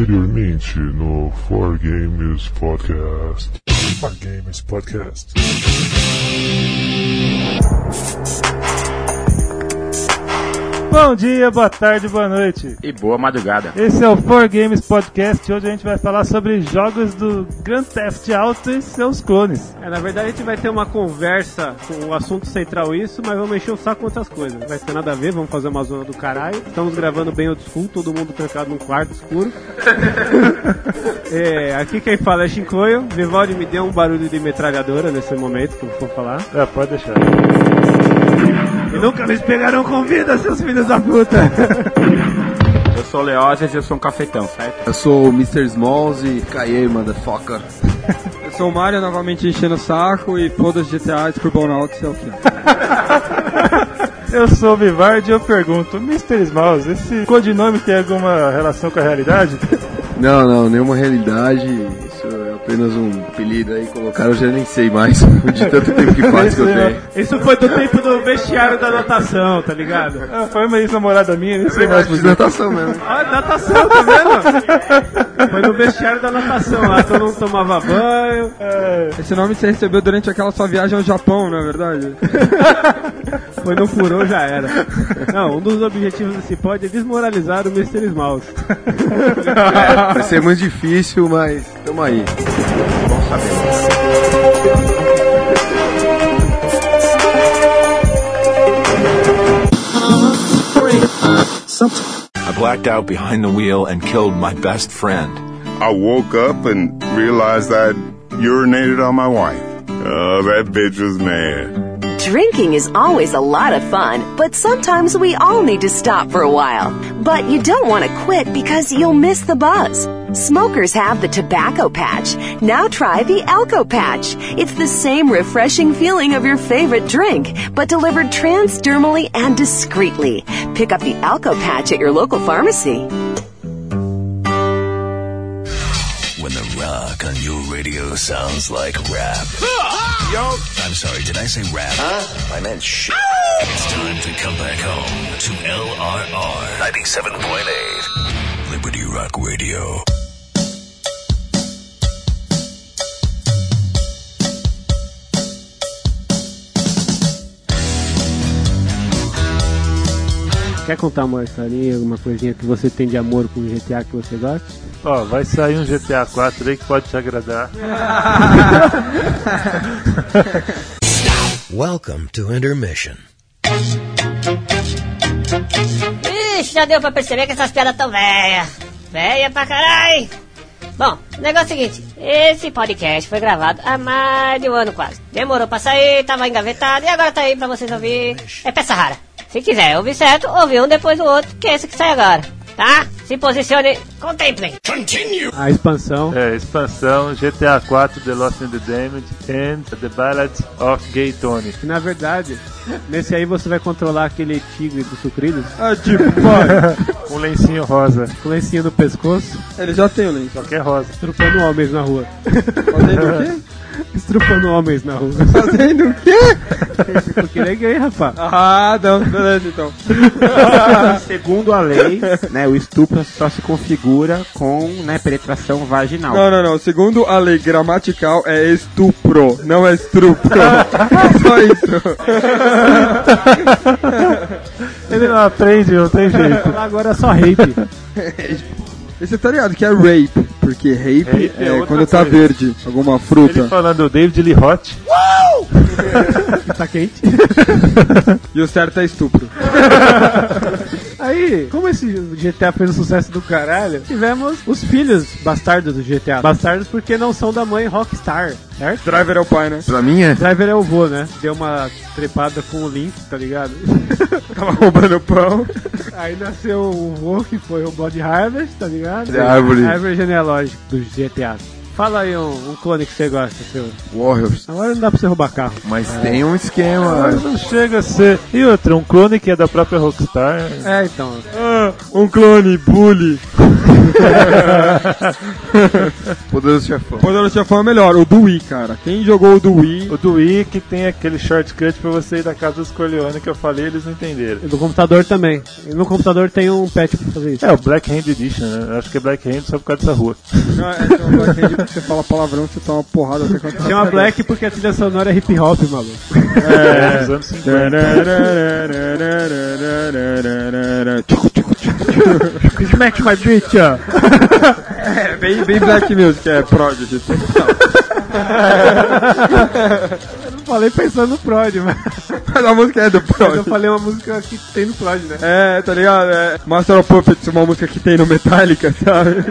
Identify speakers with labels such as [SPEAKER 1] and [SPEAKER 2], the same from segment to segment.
[SPEAKER 1] Anteriormente no Four Games Podcast. Four Games Podcast.
[SPEAKER 2] Bom dia, boa tarde, boa noite.
[SPEAKER 3] E boa madrugada.
[SPEAKER 2] Esse é o 4 Games Podcast. Hoje a gente vai falar sobre jogos do Grand Theft Auto e seus clones.
[SPEAKER 4] É, na verdade a gente vai ter uma conversa com o assunto central isso, mas vamos encher o saco com outras coisas. Não vai ter nada a ver, vamos fazer uma zona do caralho. Estamos gravando bem old school, todo mundo trancado num quarto escuro. É, aqui quem fala é Shinkoio. Vivaldi me deu um barulho de metralhadora nesse momento que eu vou falar.
[SPEAKER 2] É, pode deixar.
[SPEAKER 4] E nunca me pegaram com vida, seus filhos da puta!
[SPEAKER 3] Eu sou o Leózias e eu sou um cafetão, certo?
[SPEAKER 5] Eu sou o Mr. Smalls e Kaye, motherfucker.
[SPEAKER 6] Eu sou o Mario novamente enchendo o saco e foda-se GTA e Scribblenauts é o fim.
[SPEAKER 2] Eu sou o Vivard e eu pergunto, Mr. Smalls, esse codinome tem alguma relação com a realidade?
[SPEAKER 5] Não, não, nenhuma realidade. Isso é apenas um apelido aí. Colocaram, eu já nem sei mais. De tanto tempo que faz que eu tenho.
[SPEAKER 4] Isso foi do tempo do vestiário da natação, tá ligado?
[SPEAKER 2] Ah, foi uma ex-namorada minha, né? nem sei mais
[SPEAKER 5] Verdade,
[SPEAKER 2] por
[SPEAKER 5] de
[SPEAKER 2] quê.
[SPEAKER 5] natação mesmo.
[SPEAKER 4] Ah, natação, tá vendo? Foi no vestiário da natação lá, todo mundo tomava banho.
[SPEAKER 6] Esse nome você recebeu durante aquela sua viagem ao Japão, não é verdade?
[SPEAKER 4] Foi no furou, já era. Não, um dos objetivos desse pod é desmoralizar o Mr. Smalls.
[SPEAKER 5] Vai ser muito difícil, mas tamo aí.
[SPEAKER 7] I blacked out behind the wheel and killed my best friend.
[SPEAKER 8] I woke up and realized I'd urinated on my wife. Oh, that bitch was mad.
[SPEAKER 9] Drinking is always a lot of fun, but sometimes we all need to stop for a while. But you don't want to quit because you'll miss the buzz. Smokers have the tobacco patch. Now try the Alco patch. It's the same refreshing feeling of your favorite drink, but delivered transdermally and discreetly. Pick up the Alco patch at your local pharmacy.
[SPEAKER 7] When the rock on your radio sounds like rap. I'm sorry, did I say rap? Huh? I meant shit. It's time to come back home to LRR 97.8 Liberty Rock Radio.
[SPEAKER 4] Quer contar uma historinha, alguma coisinha que você tem de amor com o GTA que você gosta?
[SPEAKER 2] Ó, vai sair um GTA 4 aí que pode te agradar.
[SPEAKER 10] Welcome to intermission.
[SPEAKER 11] Ixi, já deu pra perceber que essas piadas tão velhas. Velha pra caralho. Bom, o negócio é o seguinte. Esse podcast foi gravado há mais de um ano quase. Demorou pra sair, tava engavetado e agora tá aí pra vocês ouvir. É peça rara. Se quiser ouvir certo, ouve um depois do outro, que é esse que sai agora. Tá? Se posicione, contemplem.
[SPEAKER 4] A expansão.
[SPEAKER 2] É, expansão GTA 4 The Lost and the Damaged and The Ballad of Gay Tony.
[SPEAKER 4] Que na verdade, nesse aí você vai controlar aquele tigre dos sucrilhos,
[SPEAKER 6] Ah, tipo, pode.
[SPEAKER 2] Um lencinho rosa,
[SPEAKER 4] com o lencinho no pescoço,
[SPEAKER 6] Ele já tem o lenço.
[SPEAKER 2] que é rosa.
[SPEAKER 4] estrupando homens na rua.
[SPEAKER 6] Fazendo o quê?
[SPEAKER 4] Estrupando homens na rua.
[SPEAKER 6] Fazendo o quê?
[SPEAKER 4] Porque ele é gay, rapaz.
[SPEAKER 6] Ah, não, beleza então.
[SPEAKER 3] Segundo a lei, né, o estupro só se configura com, né, penetração vaginal.
[SPEAKER 6] Não, não, não. Segundo a lei gramatical, é estupro, não é estupro. Só isso.
[SPEAKER 2] Ele não aprende, não tem jeito.
[SPEAKER 4] Agora é só rape.
[SPEAKER 6] E você tá ligado que é rape, porque rape,
[SPEAKER 2] Rape é
[SPEAKER 6] é,
[SPEAKER 2] outra
[SPEAKER 6] quando tá
[SPEAKER 2] coisa.
[SPEAKER 6] verde, alguma fruta.
[SPEAKER 2] Ele falando o David Lee Roth.
[SPEAKER 4] Tá quente.
[SPEAKER 6] E o certo é estupro.
[SPEAKER 4] Aí, como esse GTA fez um sucesso do caralho, tivemos os filhos bastardos do GTA. Bastardos porque não são da mãe Rockstar, certo?
[SPEAKER 6] Driver é o pai, né?
[SPEAKER 5] Pra mim é.
[SPEAKER 4] Driver é o vô, né? Deu uma trepada com o Link, tá ligado?
[SPEAKER 6] Tava roubando pão.
[SPEAKER 4] Aí nasceu o vô, que foi o Blood Harvest, tá ligado?
[SPEAKER 5] Da árvore.
[SPEAKER 4] A árvore genealógica do GTA. Fala aí um, um clone que você gosta, seu.
[SPEAKER 5] Warriors.
[SPEAKER 4] Agora não dá pra você roubar carro.
[SPEAKER 5] Mas tem um esquema.
[SPEAKER 2] Mas não chega a ser. E outra, um clone que é da própria Rockstar.
[SPEAKER 4] É, então.
[SPEAKER 2] Ah, um clone bully.
[SPEAKER 5] Poderoso chefão.
[SPEAKER 6] Poderoso Chefão é melhor, o do Wii, cara. Quem jogou o do Wii...
[SPEAKER 2] O do Wii que tem aquele shortcut pra você ir da casa dos Corleone que eu falei, eles não entenderam.
[SPEAKER 4] E do computador também. E no computador tem um patch pra fazer isso.
[SPEAKER 2] É, o Black Hand Edition, né? Eu acho que é Black Hand só por causa dessa rua.
[SPEAKER 6] Ah, é, então, Black Hand, porque você fala palavrão, você toma uma porrada até quando...
[SPEAKER 4] Chama Black porque a trilha sonora é hip hop, maluco.
[SPEAKER 2] É, nos anos 50.
[SPEAKER 4] Smack my bitch, ó.
[SPEAKER 6] É bem, bem Black Music, é Prodigy.
[SPEAKER 4] Eu falei pensando no Prod, mas
[SPEAKER 6] Mas a música é do
[SPEAKER 4] mas eu
[SPEAKER 6] Prodigy.
[SPEAKER 4] falei uma música que tem no Prod, né?
[SPEAKER 6] É, tá ligado? É Master of Puppets, uma música que tem no Metallica, sabe?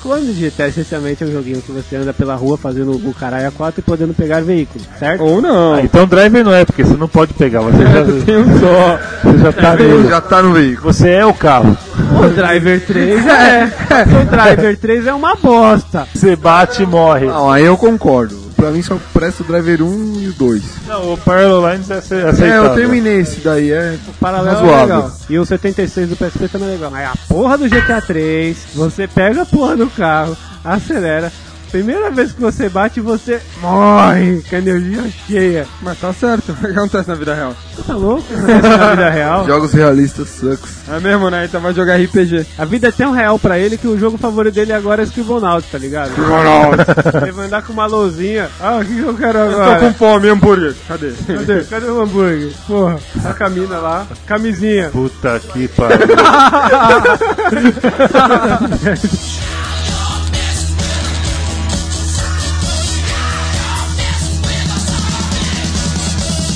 [SPEAKER 4] Clone de GTA, essencialmente, é um joguinho que você anda pela rua fazendo o caralho a 4 e podendo pegar veículos, certo?
[SPEAKER 6] Ou não.
[SPEAKER 2] Ah, então driver não é, porque você não pode pegar, você já,
[SPEAKER 6] Tem um só.
[SPEAKER 2] você já tá nele.
[SPEAKER 5] Já tá no veículo.
[SPEAKER 2] Você é o carro.
[SPEAKER 4] O Driver 3 é. O Driver 3 é uma bosta.
[SPEAKER 2] Você bate e morre.
[SPEAKER 5] Não, aí eu concordo. Pra mim só presta o Driver 1 e o 2.
[SPEAKER 2] Não, o Parallel Lines é ace-
[SPEAKER 5] É,
[SPEAKER 2] aceitável.
[SPEAKER 5] eu terminei esse daí, é.
[SPEAKER 4] Paralelo é
[SPEAKER 5] Razoável.
[SPEAKER 4] legal. E o 76 do PSP também é legal. Mas a porra do GTA 3, você pega a porra do carro, acelera. Primeira vez que você bate, você morre com a energia cheia.
[SPEAKER 6] Mas tá certo, o que acontece na vida real?
[SPEAKER 4] Você tá louco? Isso na vida real.
[SPEAKER 5] Jogos realistas sucks.
[SPEAKER 6] É mesmo, né? Então vai jogar RPG.
[SPEAKER 4] A vida é tão real pra ele que o jogo favorito dele agora é Scribblenauts, tá ligado? Ele vai andar com uma lousinha. Ah, o que que eu quero
[SPEAKER 6] Tô com
[SPEAKER 4] agora?
[SPEAKER 6] fome, hambúrguer. Cadê?
[SPEAKER 4] Cadê? Cadê o hambúrguer? Porra, a camina lá, camisinha.
[SPEAKER 2] Puta que pariu.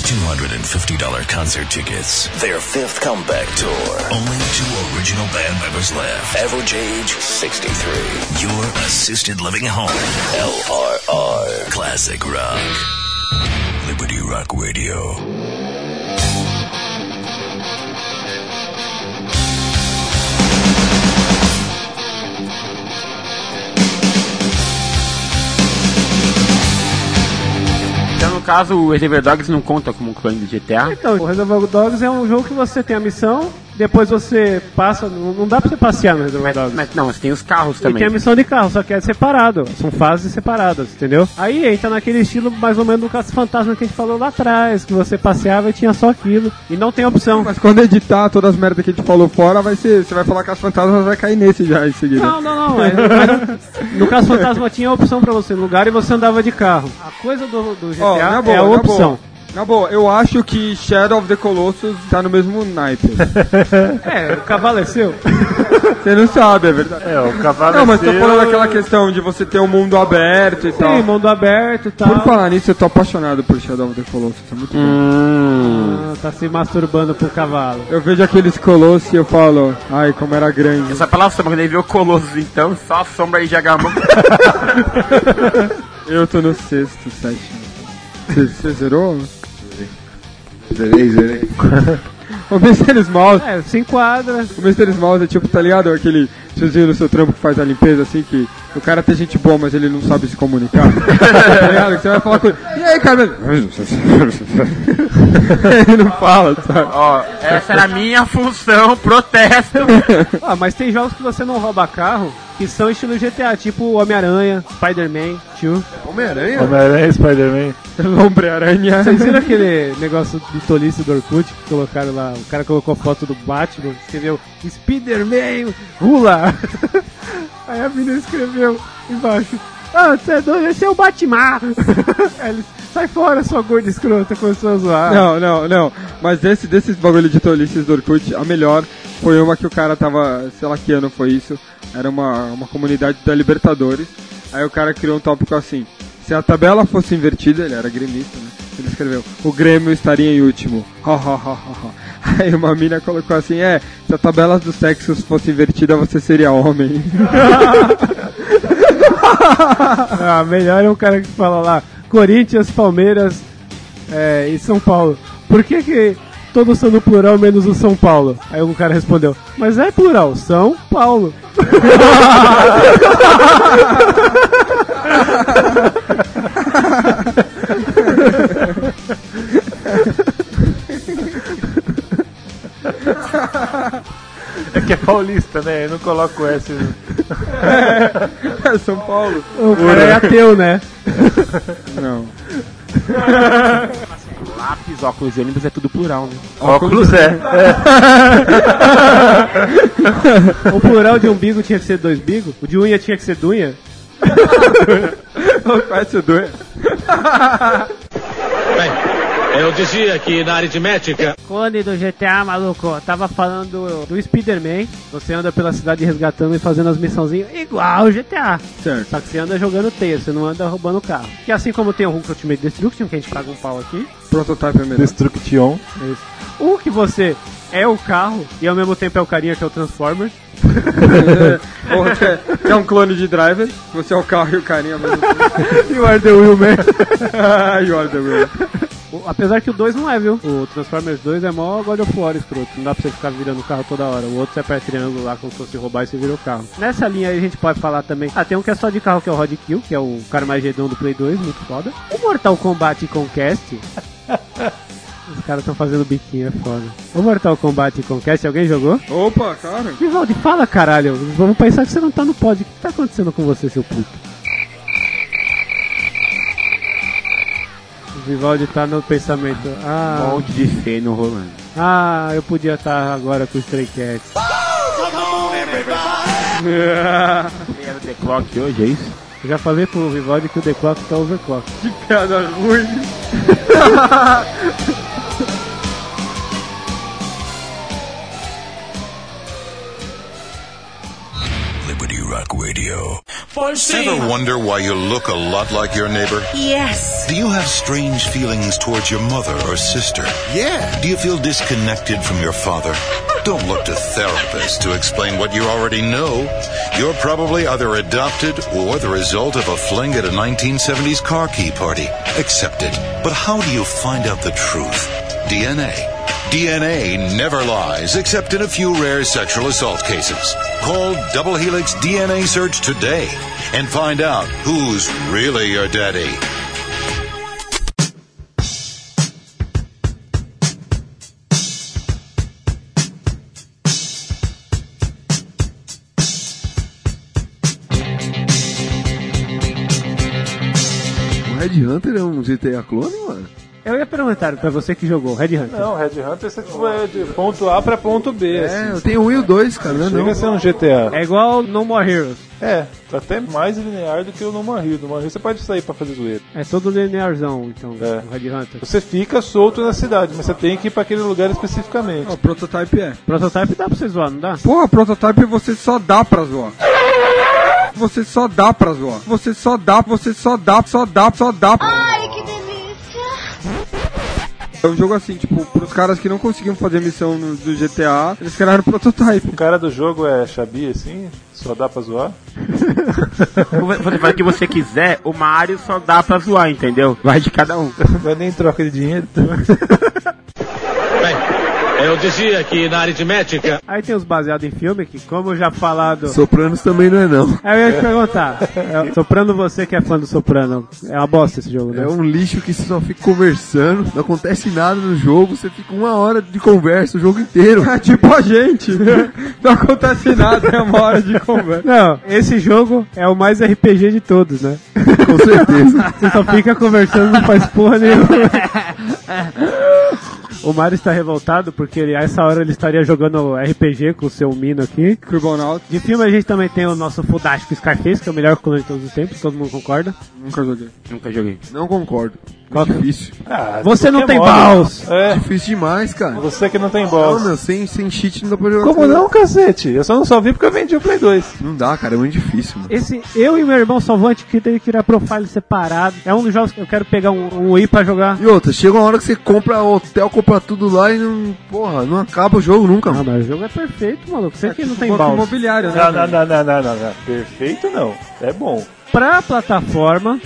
[SPEAKER 7] $250 concert tickets. Their fifth comeback tour. Only two original band members left. Average age 63. Your assisted living home. LRR. Classic rock. Liberty Rock Radio.
[SPEAKER 3] Então, no caso, o Reservoir Dogs não conta como um clone do GTA.
[SPEAKER 4] Então, o Reservoir Dogs é um jogo que você tem a missão, depois você passa. Não não dá pra você passear no Reservoir Dogs.
[SPEAKER 3] Mas não, você tem os carros
[SPEAKER 4] E tem a
[SPEAKER 3] também.
[SPEAKER 4] missão de carro, só que é separado. São fases separadas, entendeu? Aí entra naquele estilo mais ou menos do caça-fantasma que a gente falou lá atrás, que você passeava e tinha só aquilo. E não tem opção.
[SPEAKER 6] Mas quando editar todas as merdas que a gente falou fora, vai ser. Você vai falar que as fantasmas vai cair nesse já em seguida.
[SPEAKER 4] Não, não, não. é- mas no caso fantasma tinha a opção pra você no lugar e você andava de carro. A coisa do, do GTA
[SPEAKER 6] Ó, na boa,
[SPEAKER 4] é a
[SPEAKER 6] na
[SPEAKER 4] opção.
[SPEAKER 6] boa. Na boa, eu acho que Shadow of the Colossus tá no mesmo naipe.
[SPEAKER 4] É, o cavalo é seu.
[SPEAKER 6] Tá. Você não sabe, é verdade.
[SPEAKER 2] É, o cavalo
[SPEAKER 6] Não,
[SPEAKER 2] é
[SPEAKER 6] mas tô
[SPEAKER 2] seu,
[SPEAKER 6] falando daquela questão de você ter um mundo aberto e
[SPEAKER 4] Tem
[SPEAKER 6] tal.
[SPEAKER 4] mundo aberto e tal.
[SPEAKER 6] Por falar nisso, eu tô apaixonado por Shadow of the Colossus, é muito bom.
[SPEAKER 3] Hum.
[SPEAKER 4] Ah, tá se masturbando pro cavalo.
[SPEAKER 6] Eu vejo aqueles Colossus e eu falo, ai, como era grande.
[SPEAKER 3] Essa palavra sombra, quando ele viu Colossus, então, só a sombra aí de Agamon.
[SPEAKER 6] Eu tô no sexto, sétimo. Você- Você zerou?
[SPEAKER 5] Zerei, zerei.
[SPEAKER 6] O Mr. Smalls,
[SPEAKER 4] É, se enquadra.
[SPEAKER 6] o Mr. Smalls é tipo, tá ligado? Aquele tiozinho do seu trampo que faz a limpeza, assim, que o cara tem gente boa, mas ele não sabe se comunicar. tá ligado? Que Você vai falar com ele, e aí, cara? ele não fala, sabe?
[SPEAKER 3] Ó, essa era a minha função, protesto.
[SPEAKER 4] Ah, mas tem jogos que você não rouba carro que são estilo GTA, tipo Homem-Aranha, Spider-Man, tio.
[SPEAKER 5] Homem-Aranha?
[SPEAKER 2] Homem-Aranha e Spider-Man.
[SPEAKER 6] Lombre-aranha.
[SPEAKER 4] Vocês viram aquele negócio de tolice do Orkut que colocaram lá? O cara colocou foto do Batman, escreveu Spider-Man, rula! Aí a menina escreveu embaixo: Ah, você é doido, esse é o Batman! Aí eles, sai fora, sua gorda escrota, começou a zoar.
[SPEAKER 6] Não, não, não. Mas desse, desses bagulho de tolices do Orkut, a melhor foi uma que o cara tava, sei lá que ano foi isso, era uma, uma comunidade da Libertadores. Aí o cara criou um tópico assim: se a tabela fosse invertida, ele era gremista, né? Ele escreveu: o Grêmio estaria em último. Ha, ha, ha, ha, ha. Aí uma mina colocou assim: é, se a tabela dos sexos fosse invertida, você seria homem.
[SPEAKER 4] Ah, melhor é o cara que fala lá: Corinthians, Palmeiras é, e São Paulo. Por que que todos são no plural menos o São Paulo. Aí um cara respondeu, mas é plural, São Paulo.
[SPEAKER 2] É que é paulista, né? Eu não coloco S. no-
[SPEAKER 6] É, São Paulo.
[SPEAKER 4] O cara é ateu, né?
[SPEAKER 6] Não.
[SPEAKER 3] Lápis, óculos e ônibus é tudo plural, né?
[SPEAKER 2] Óculos é.
[SPEAKER 4] O plural de umbigo tinha que ser dois bigo, o de unha tinha que ser dunha.
[SPEAKER 6] Vai se doer.
[SPEAKER 12] Eu dizia que na aritmética.
[SPEAKER 4] Clone do GTA, maluco, tava falando do Spider-Man. Você anda pela cidade resgatando e fazendo as missãozinhas igual o GTA.
[SPEAKER 6] Certo.
[SPEAKER 4] Só que você anda jogando teia, você não anda roubando carro. Que assim como tem o Hulk Ultimate Destruction, que a gente paga um pau aqui,
[SPEAKER 6] Prototype é melhor.
[SPEAKER 2] Destruction.
[SPEAKER 4] É isso. Um que você é o carro e ao mesmo tempo é o carinha que é o Transformers.
[SPEAKER 6] Porra, que é- que é um clone de driver. Você é o carro e o carinha mesmo.
[SPEAKER 4] You are the Will Man.
[SPEAKER 6] Ai, olha, meu.
[SPEAKER 4] O- Apesar que o 2 não é, viu? O Transformers 2 é mó God of War escroto. Não dá pra você ficar virando o carro toda hora. O outro você aperta triângulo lá como se fosse roubar e você vira o carro. Nessa linha aí a gente pode falar também. Ah, tem um que é só de carro que é o Rod Kill, que é o Carmageddon do Play 2, muito foda. O Mortal Kombat Conquest. Os caras estão fazendo biquinho, é foda. O Mortal Kombat Conquest, alguém jogou?
[SPEAKER 6] Opa, cara.
[SPEAKER 4] Vivaldi, fala caralho. Vamos pensar que você não tá no pod. O que tá acontecendo com você, seu puto? O Vivaldi tá no pensamento. Ah,
[SPEAKER 3] Molde de feno rolando.
[SPEAKER 4] ah eu podia estar agora com os Stray Cats.
[SPEAKER 3] Era o The Clock hoje, é isso?
[SPEAKER 4] Eu já falei pro Vivaldi que o The Clock tá overclock.
[SPEAKER 6] Que piada ruim.
[SPEAKER 7] Liberty Rock Radio. Ever wonder why you look a lot like your neighbor?
[SPEAKER 9] Yes.
[SPEAKER 7] Do you have strange feelings towards your mother or sister? Yeah. Do you feel disconnected from your father? Don't look to therapists to explain what you already know. You're probably either adopted or the result of a fling at a 1970s car key party. Accept it. But how do you find out the truth? DNA. DNA never lies, except in a few rare sexual assault cases. Call Double Helix DNA Search today and find out who's really your daddy.
[SPEAKER 5] O Red Hunter é um GTA clone, mano?
[SPEAKER 4] Eu ia perguntar pra você que jogou, Red Hunter.
[SPEAKER 2] Não, Red Hunter você vai de ponto A pra ponto B. assim.
[SPEAKER 5] É, eu tenho um e o dois, cara. Não, é
[SPEAKER 2] Chega
[SPEAKER 5] não.
[SPEAKER 2] a ser um GTA.
[SPEAKER 4] É igual No More Heroes.
[SPEAKER 2] É, tá até mais linear do que o No More Hero. No More Hero você pode sair pra fazer zoeira.
[SPEAKER 4] É todo linearzão, então,
[SPEAKER 2] É.
[SPEAKER 4] o Red Hunter.
[SPEAKER 2] Você fica solto na cidade, mas você tem que ir pra aquele lugar especificamente.
[SPEAKER 6] Ó, prototype é.
[SPEAKER 4] Prototype dá pra você zoar, não dá?
[SPEAKER 6] Porra, prototype você só dá pra zoar. Você só dá pra zoar. Você só dá, você só dá, só dá, só dá.
[SPEAKER 13] Ai, que delícia!
[SPEAKER 6] É um jogo assim, tipo, pros caras que não conseguiam fazer missão no- do GTA, eles criaram prototype.
[SPEAKER 2] O cara do jogo é Xabi, assim? Só dá pra zoar?
[SPEAKER 3] Você faz o que você quiser, o Mario só dá pra zoar, entendeu? Vai de cada um.
[SPEAKER 2] Vai nem troca de dinheiro.
[SPEAKER 12] Eu dizia que na aritmética.
[SPEAKER 4] Aí tem os baseados em filme, que como já falado...
[SPEAKER 5] Sopranos também não é, não.
[SPEAKER 4] Aí eu ia te perguntar, é, Soprano, você que é fã do Soprano, é uma bosta esse jogo, né?
[SPEAKER 5] É um lixo que você só fica conversando, não acontece nada no jogo, você fica uma hora de conversa o jogo inteiro.
[SPEAKER 6] É tipo a gente. Não acontece nada, é uma hora de conversa.
[SPEAKER 4] Não, esse jogo é o mais RPG de todos, né?
[SPEAKER 5] Com certeza.
[SPEAKER 4] Você só fica conversando, não faz porra nenhuma. O Mario está revoltado porque ele, a essa hora ele estaria jogando RPG com o seu Mino aqui.
[SPEAKER 6] Cribonaut,
[SPEAKER 4] De filme a gente também tem o nosso fodástico Scarface, que é o melhor clone de todos os tempos, todo mundo concorda.
[SPEAKER 6] nunca joguei.
[SPEAKER 3] Nunca joguei.
[SPEAKER 5] Não concordo.
[SPEAKER 4] Qual-
[SPEAKER 5] Difícil.
[SPEAKER 2] Ah,
[SPEAKER 4] Você não tem
[SPEAKER 2] balls!
[SPEAKER 4] balls.
[SPEAKER 2] É,
[SPEAKER 5] Difícil demais, cara.
[SPEAKER 2] você que não tem
[SPEAKER 5] Não,
[SPEAKER 2] balls.
[SPEAKER 5] meu, sem, sem cheat não dá pra jogar.
[SPEAKER 2] Como
[SPEAKER 5] essa-
[SPEAKER 2] não, cacete? Eu só não só vi porque eu vendi o Play 2.
[SPEAKER 5] Não dá, cara, é muito difícil, mano.
[SPEAKER 4] Esse, eu e meu irmão salvante que tem que criar profile separado. É um dos jogos que eu quero pegar um, um Wii pra jogar.
[SPEAKER 5] E outra, chega uma hora que você compra hotel, compra tudo lá e não. Porra, não acaba o jogo nunca,
[SPEAKER 4] Ah,
[SPEAKER 5] mano.
[SPEAKER 4] mas o jogo é perfeito, maluco. Você que não tem
[SPEAKER 6] Banco
[SPEAKER 4] balls.
[SPEAKER 6] imobiliário, né?
[SPEAKER 2] Ah, Não, não, não, não, não, não, não. Perfeito não. É bom.
[SPEAKER 4] Pra plataforma,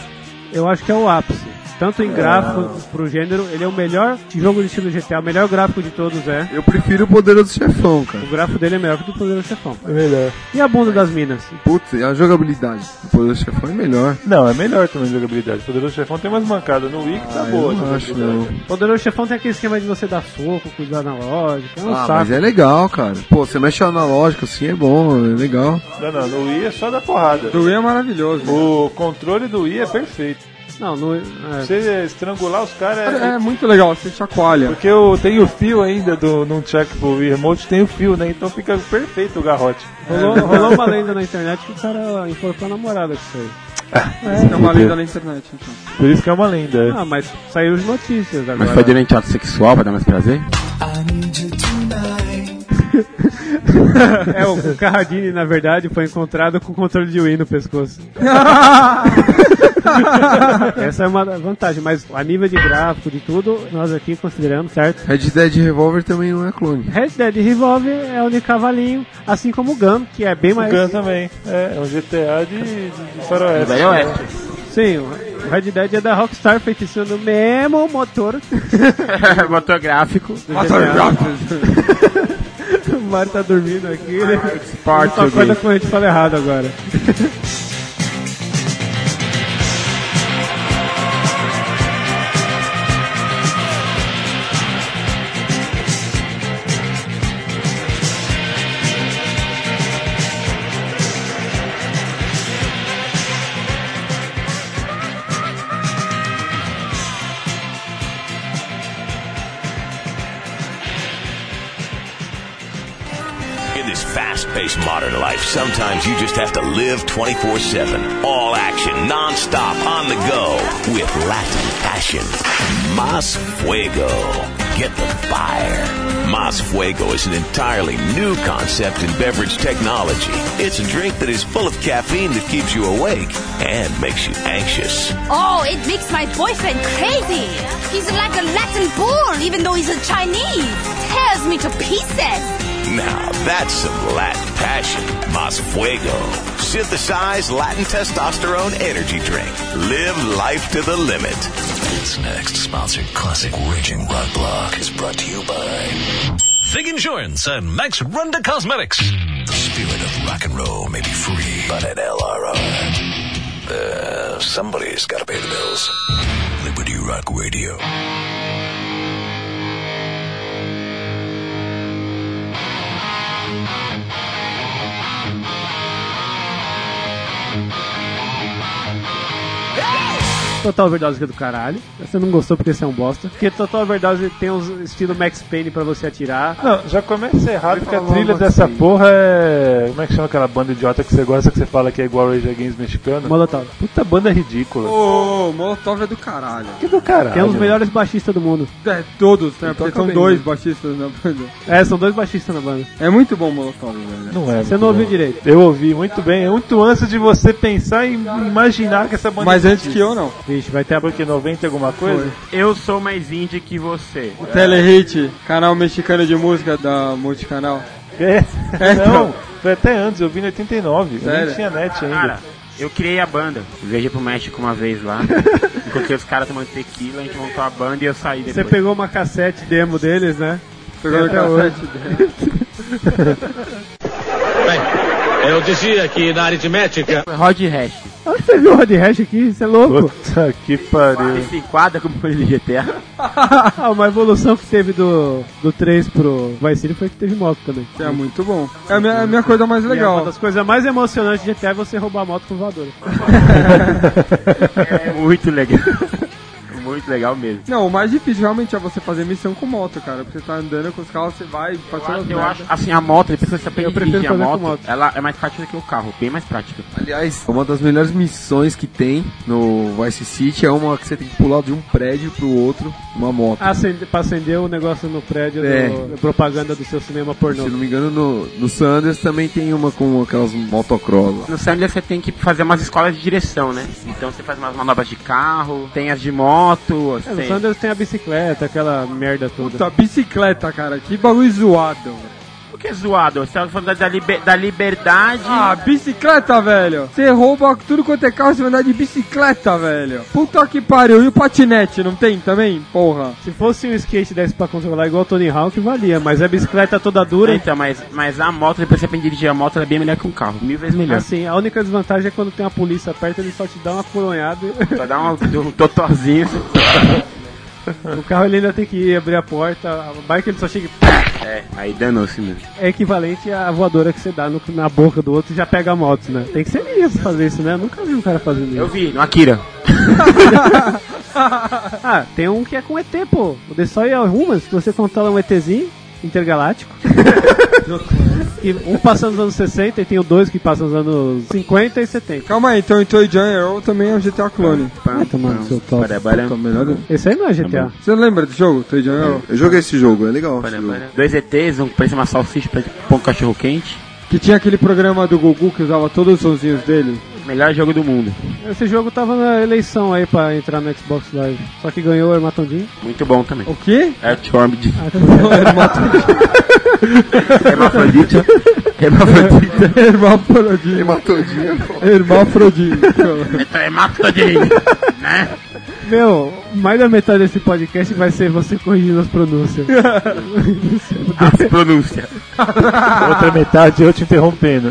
[SPEAKER 4] eu acho que é o ápice. tanto em gráfico pro gênero, ele é o melhor jogo de estilo GTA, o melhor gráfico de todos é.
[SPEAKER 5] Eu prefiro o Poderoso Chefão, cara.
[SPEAKER 4] O gráfico dele é melhor que o do Poderoso Chefão.
[SPEAKER 5] É melhor.
[SPEAKER 4] E a bunda das minas?
[SPEAKER 5] Putz, e a jogabilidade do Poderoso Chefão é melhor.
[SPEAKER 2] Não, é melhor também a jogabilidade. Poderoso Chefão tem umas mancadas no Wii que tá
[SPEAKER 5] Ah, eu
[SPEAKER 2] boa.
[SPEAKER 5] não
[SPEAKER 2] a
[SPEAKER 5] acho, né?
[SPEAKER 2] jogabilidade.
[SPEAKER 5] não.
[SPEAKER 4] Poderoso Chefão tem aquele esquema de você dar soco, cuidar na lógica, é um
[SPEAKER 5] Ah,
[SPEAKER 4] saco.
[SPEAKER 5] mas é legal, cara. Pô, você mexe analógico assim é bom, é legal.
[SPEAKER 2] Não, não, no Wii é só da porrada.
[SPEAKER 6] Do Wii é maravilhoso.
[SPEAKER 2] O controle do Wii é perfeito.
[SPEAKER 4] Não, é, no,
[SPEAKER 2] Você estrangular os caras é-
[SPEAKER 6] É muito legal, você chacoalha.
[SPEAKER 2] Porque eu tenho o fio ainda do, num check pro Wii Remote, tem o fio, né? Então fica perfeito o garrote.
[SPEAKER 4] Rolou, rolou uma lenda na internet que o cara enforcou a namorada com isso aí.
[SPEAKER 6] É, é uma lenda na internet, então.
[SPEAKER 2] Por isso que é uma lenda.
[SPEAKER 4] Ah, mas saiu as notícias agora.
[SPEAKER 3] Mas foi durante ato sexual pra dar mais prazer?
[SPEAKER 4] É, o Carradine, na verdade, foi encontrado com o controle de Wii no pescoço. Essa é uma vantagem, mas a nível de gráfico, de tudo, nós aqui consideramos, certo?
[SPEAKER 5] Red Dead Revolver também não é clone.
[SPEAKER 4] Red Dead Revolver é o de cavalinho, assim como o Gun, que é bem
[SPEAKER 2] O
[SPEAKER 4] mais...
[SPEAKER 2] Gun também. É, é um GTA de, de, de faroeste.
[SPEAKER 4] Velho oeste. Sim, o Red Dead é da Rockstar, feitiçando o mesmo motor
[SPEAKER 3] Motor gráfico.
[SPEAKER 4] Motor O Mário tá dormindo aqui, né?
[SPEAKER 3] Parte
[SPEAKER 4] Só acorda
[SPEAKER 3] alguém.
[SPEAKER 4] quando a gente fala errado agora.
[SPEAKER 7] In this fast paced modern life, sometimes you just have to live 24 7. All action, non stop, on the go, with Latin passion. Mas Fuego. Get the fire. Mas Fuego is an entirely new concept in beverage technology. It's a drink that is full of caffeine that keeps you awake and makes you anxious.
[SPEAKER 13] Oh, it makes my boyfriend crazy. He's like a Latin bull, even though he's a Chinese. Tears me to pieces.
[SPEAKER 7] Now that's some Latin passion. Mas Fuego. Synthesized Latin testosterone energy drink. Live life to the limit.
[SPEAKER 10] This next sponsored classic raging rock block is brought to you by Vig Insurance and Max Runda Cosmetics. The spirit of rock and roll may be free, but at LRR, uh, somebody's got to pay the bills. Liberty Rock Radio.
[SPEAKER 4] Total Overdose que é do caralho. Você não gostou porque você é um bosta. Porque Total Overdose tem um estilo Max Payne pra você atirar.
[SPEAKER 2] Não, já começa errado porque a trilha dessa porra é. Como é que chama aquela banda idiota que você gosta que você fala que é igual a Rage Against mexicano?
[SPEAKER 4] Molotov.
[SPEAKER 2] Puta banda é ridícula.
[SPEAKER 6] Ô, Molotov é do caralho.
[SPEAKER 2] Que é do caralho.
[SPEAKER 4] Tem um dos melhores baixistas do mundo.
[SPEAKER 6] É, todos, né? Porque
[SPEAKER 4] toca
[SPEAKER 6] são
[SPEAKER 4] bem,
[SPEAKER 6] dois
[SPEAKER 4] né?
[SPEAKER 6] baixistas na banda.
[SPEAKER 4] É, são dois baixistas na banda.
[SPEAKER 6] É muito bom o Molotov, velho.
[SPEAKER 2] Não é.
[SPEAKER 4] Você não ouviu direito.
[SPEAKER 2] Eu ouvi muito bem, é muito antes de você pensar e imaginar que essa banda
[SPEAKER 4] um
[SPEAKER 6] Mas antes que eu, não.
[SPEAKER 4] Vixe, vai ter a
[SPEAKER 2] Porque 90 e alguma coisa?
[SPEAKER 3] Eu sou mais indie que você.
[SPEAKER 6] Telehit, canal mexicano de música da Multicanal.
[SPEAKER 2] É.
[SPEAKER 6] É,
[SPEAKER 4] então.
[SPEAKER 2] Não, foi até antes, eu vi em 89. Eu
[SPEAKER 6] Sério?
[SPEAKER 2] nem tinha net ainda.
[SPEAKER 3] Cara, eu criei a banda. Viajei pro México uma vez lá. encontrei os caras tomando tequila, a gente montou a banda e eu saí
[SPEAKER 4] Você
[SPEAKER 3] depois.
[SPEAKER 4] pegou uma cassete demo deles, né?
[SPEAKER 6] Pegou
[SPEAKER 4] Tem até
[SPEAKER 6] uma
[SPEAKER 4] hoje.
[SPEAKER 6] cassete
[SPEAKER 12] Bem, eu dizia que na aritmética.
[SPEAKER 3] Rod Hash.
[SPEAKER 4] Onde você viu o Rod Hash aqui? Você é louco?
[SPEAKER 2] Puta que pariu.
[SPEAKER 3] Esse enquadra como foi de GTA.
[SPEAKER 4] Ah, uma evolução que teve do, do 3 pro Vice City foi que teve moto também.
[SPEAKER 6] É muito bom. É a minha, é a minha coisa mais
[SPEAKER 4] E é uma
[SPEAKER 6] legal.
[SPEAKER 4] das coisas mais emocionantes de GTA é você roubar a moto com voadora.
[SPEAKER 3] É muito legal. muito legal mesmo.
[SPEAKER 6] Não, o mais difícil realmente é você fazer missão com moto, cara. Porque você tá andando com os carros, você vai passando as
[SPEAKER 3] Eu acho,
[SPEAKER 6] merda.
[SPEAKER 3] assim, a moto, depois que você aprende
[SPEAKER 4] Eu
[SPEAKER 3] a
[SPEAKER 4] prefiro
[SPEAKER 3] dirigir a
[SPEAKER 4] fazer com
[SPEAKER 3] moto,
[SPEAKER 4] moto.
[SPEAKER 3] ela é mais prática que o carro, bem mais prática.
[SPEAKER 5] Aliás, uma das melhores missões que tem no Vice City é uma que você tem que pular de um prédio pro outro, uma moto.
[SPEAKER 4] Acende, pra acender o negócio no prédio
[SPEAKER 5] É.
[SPEAKER 4] do- da propaganda do seu cinema pornô.
[SPEAKER 5] Se não me engano, no, no Sanders também tem uma com aquelas motocross lá.
[SPEAKER 3] No Sandler você tem que fazer umas escolas de direção, né? Então você faz umas manobras de carro, tem as de moto,
[SPEAKER 4] É, no
[SPEAKER 3] tem-
[SPEAKER 4] Sanders tem a bicicleta, aquela merda toda.
[SPEAKER 6] Puta, bicicleta, cara. Que bagulho zoado. velho.
[SPEAKER 3] O que é zoado? Você tava falando da, liber- da liberdade.
[SPEAKER 6] Ah, bicicleta, velho. Você rouba tudo quanto é carro, você vai andar de bicicleta, velho. Puta que pariu. E o patinete, não tem também? Porra.
[SPEAKER 4] Se fosse um skate desse pra controlar igual o Tony Hawk, valia. Mas é bicicleta toda dura.
[SPEAKER 3] Então, mas, mas a moto, depois você aprende a dirigir a moto, ela é bem melhor que um carro. Mil vezes melhor.
[SPEAKER 4] Assim, a única desvantagem é quando tem a polícia perto, ele só te dá uma coronhada.
[SPEAKER 3] Só dá um, um totozinho.
[SPEAKER 4] o carro ele ainda tem que ir abrir a porta, a bike ele só chega e
[SPEAKER 3] É, aí danou-se mesmo.
[SPEAKER 4] é equivalente à voadora que você dá no- na boca do outro e já pega a moto, né? Tem que ser liso fazer isso, né? Eu nunca vi um cara fazendo isso.
[SPEAKER 3] Eu vi, no Akira.
[SPEAKER 4] Ah, tem um que é com ET, pô. O Destroy All Humans, que você controla um ETzinho intergaláctico. e um passa nos anos 60 e tem o dois que passa nos anos 50 e 70.
[SPEAKER 6] Calma aí, então o Toy John Arrow também é um GTA clone.
[SPEAKER 4] Vai tomando seu top.
[SPEAKER 6] Puta, melhor-
[SPEAKER 4] Esse aí não é GTA.
[SPEAKER 6] Você lembra do jogo, Toy John Arrow?
[SPEAKER 5] Eu joguei esse jogo, é legal.
[SPEAKER 3] Dois ETs, um que parece uma salsicha pra pôr um cachorro quente.
[SPEAKER 6] Que tinha aquele programa do Gugu que usava todos os sonzinhos dele.
[SPEAKER 3] Melhor jogo do mundo.
[SPEAKER 4] Esse jogo tava na eleição aí pra entrar no Xbox Live. Só que ganhou o Armatondinho.
[SPEAKER 3] Muito bom também.
[SPEAKER 6] O quê?
[SPEAKER 3] Earthworm.
[SPEAKER 6] É,
[SPEAKER 3] tá.
[SPEAKER 5] Hermafrodita.
[SPEAKER 6] Hermafrodita. Hermafrodita.
[SPEAKER 5] Hermatodinha.
[SPEAKER 6] Hermafrodita.
[SPEAKER 3] Então é Mastodin.
[SPEAKER 4] Meu, mais da metade desse podcast vai ser você corrigindo as pronúncias.
[SPEAKER 3] As pronúncia.
[SPEAKER 2] Outra metade eu te interrompendo.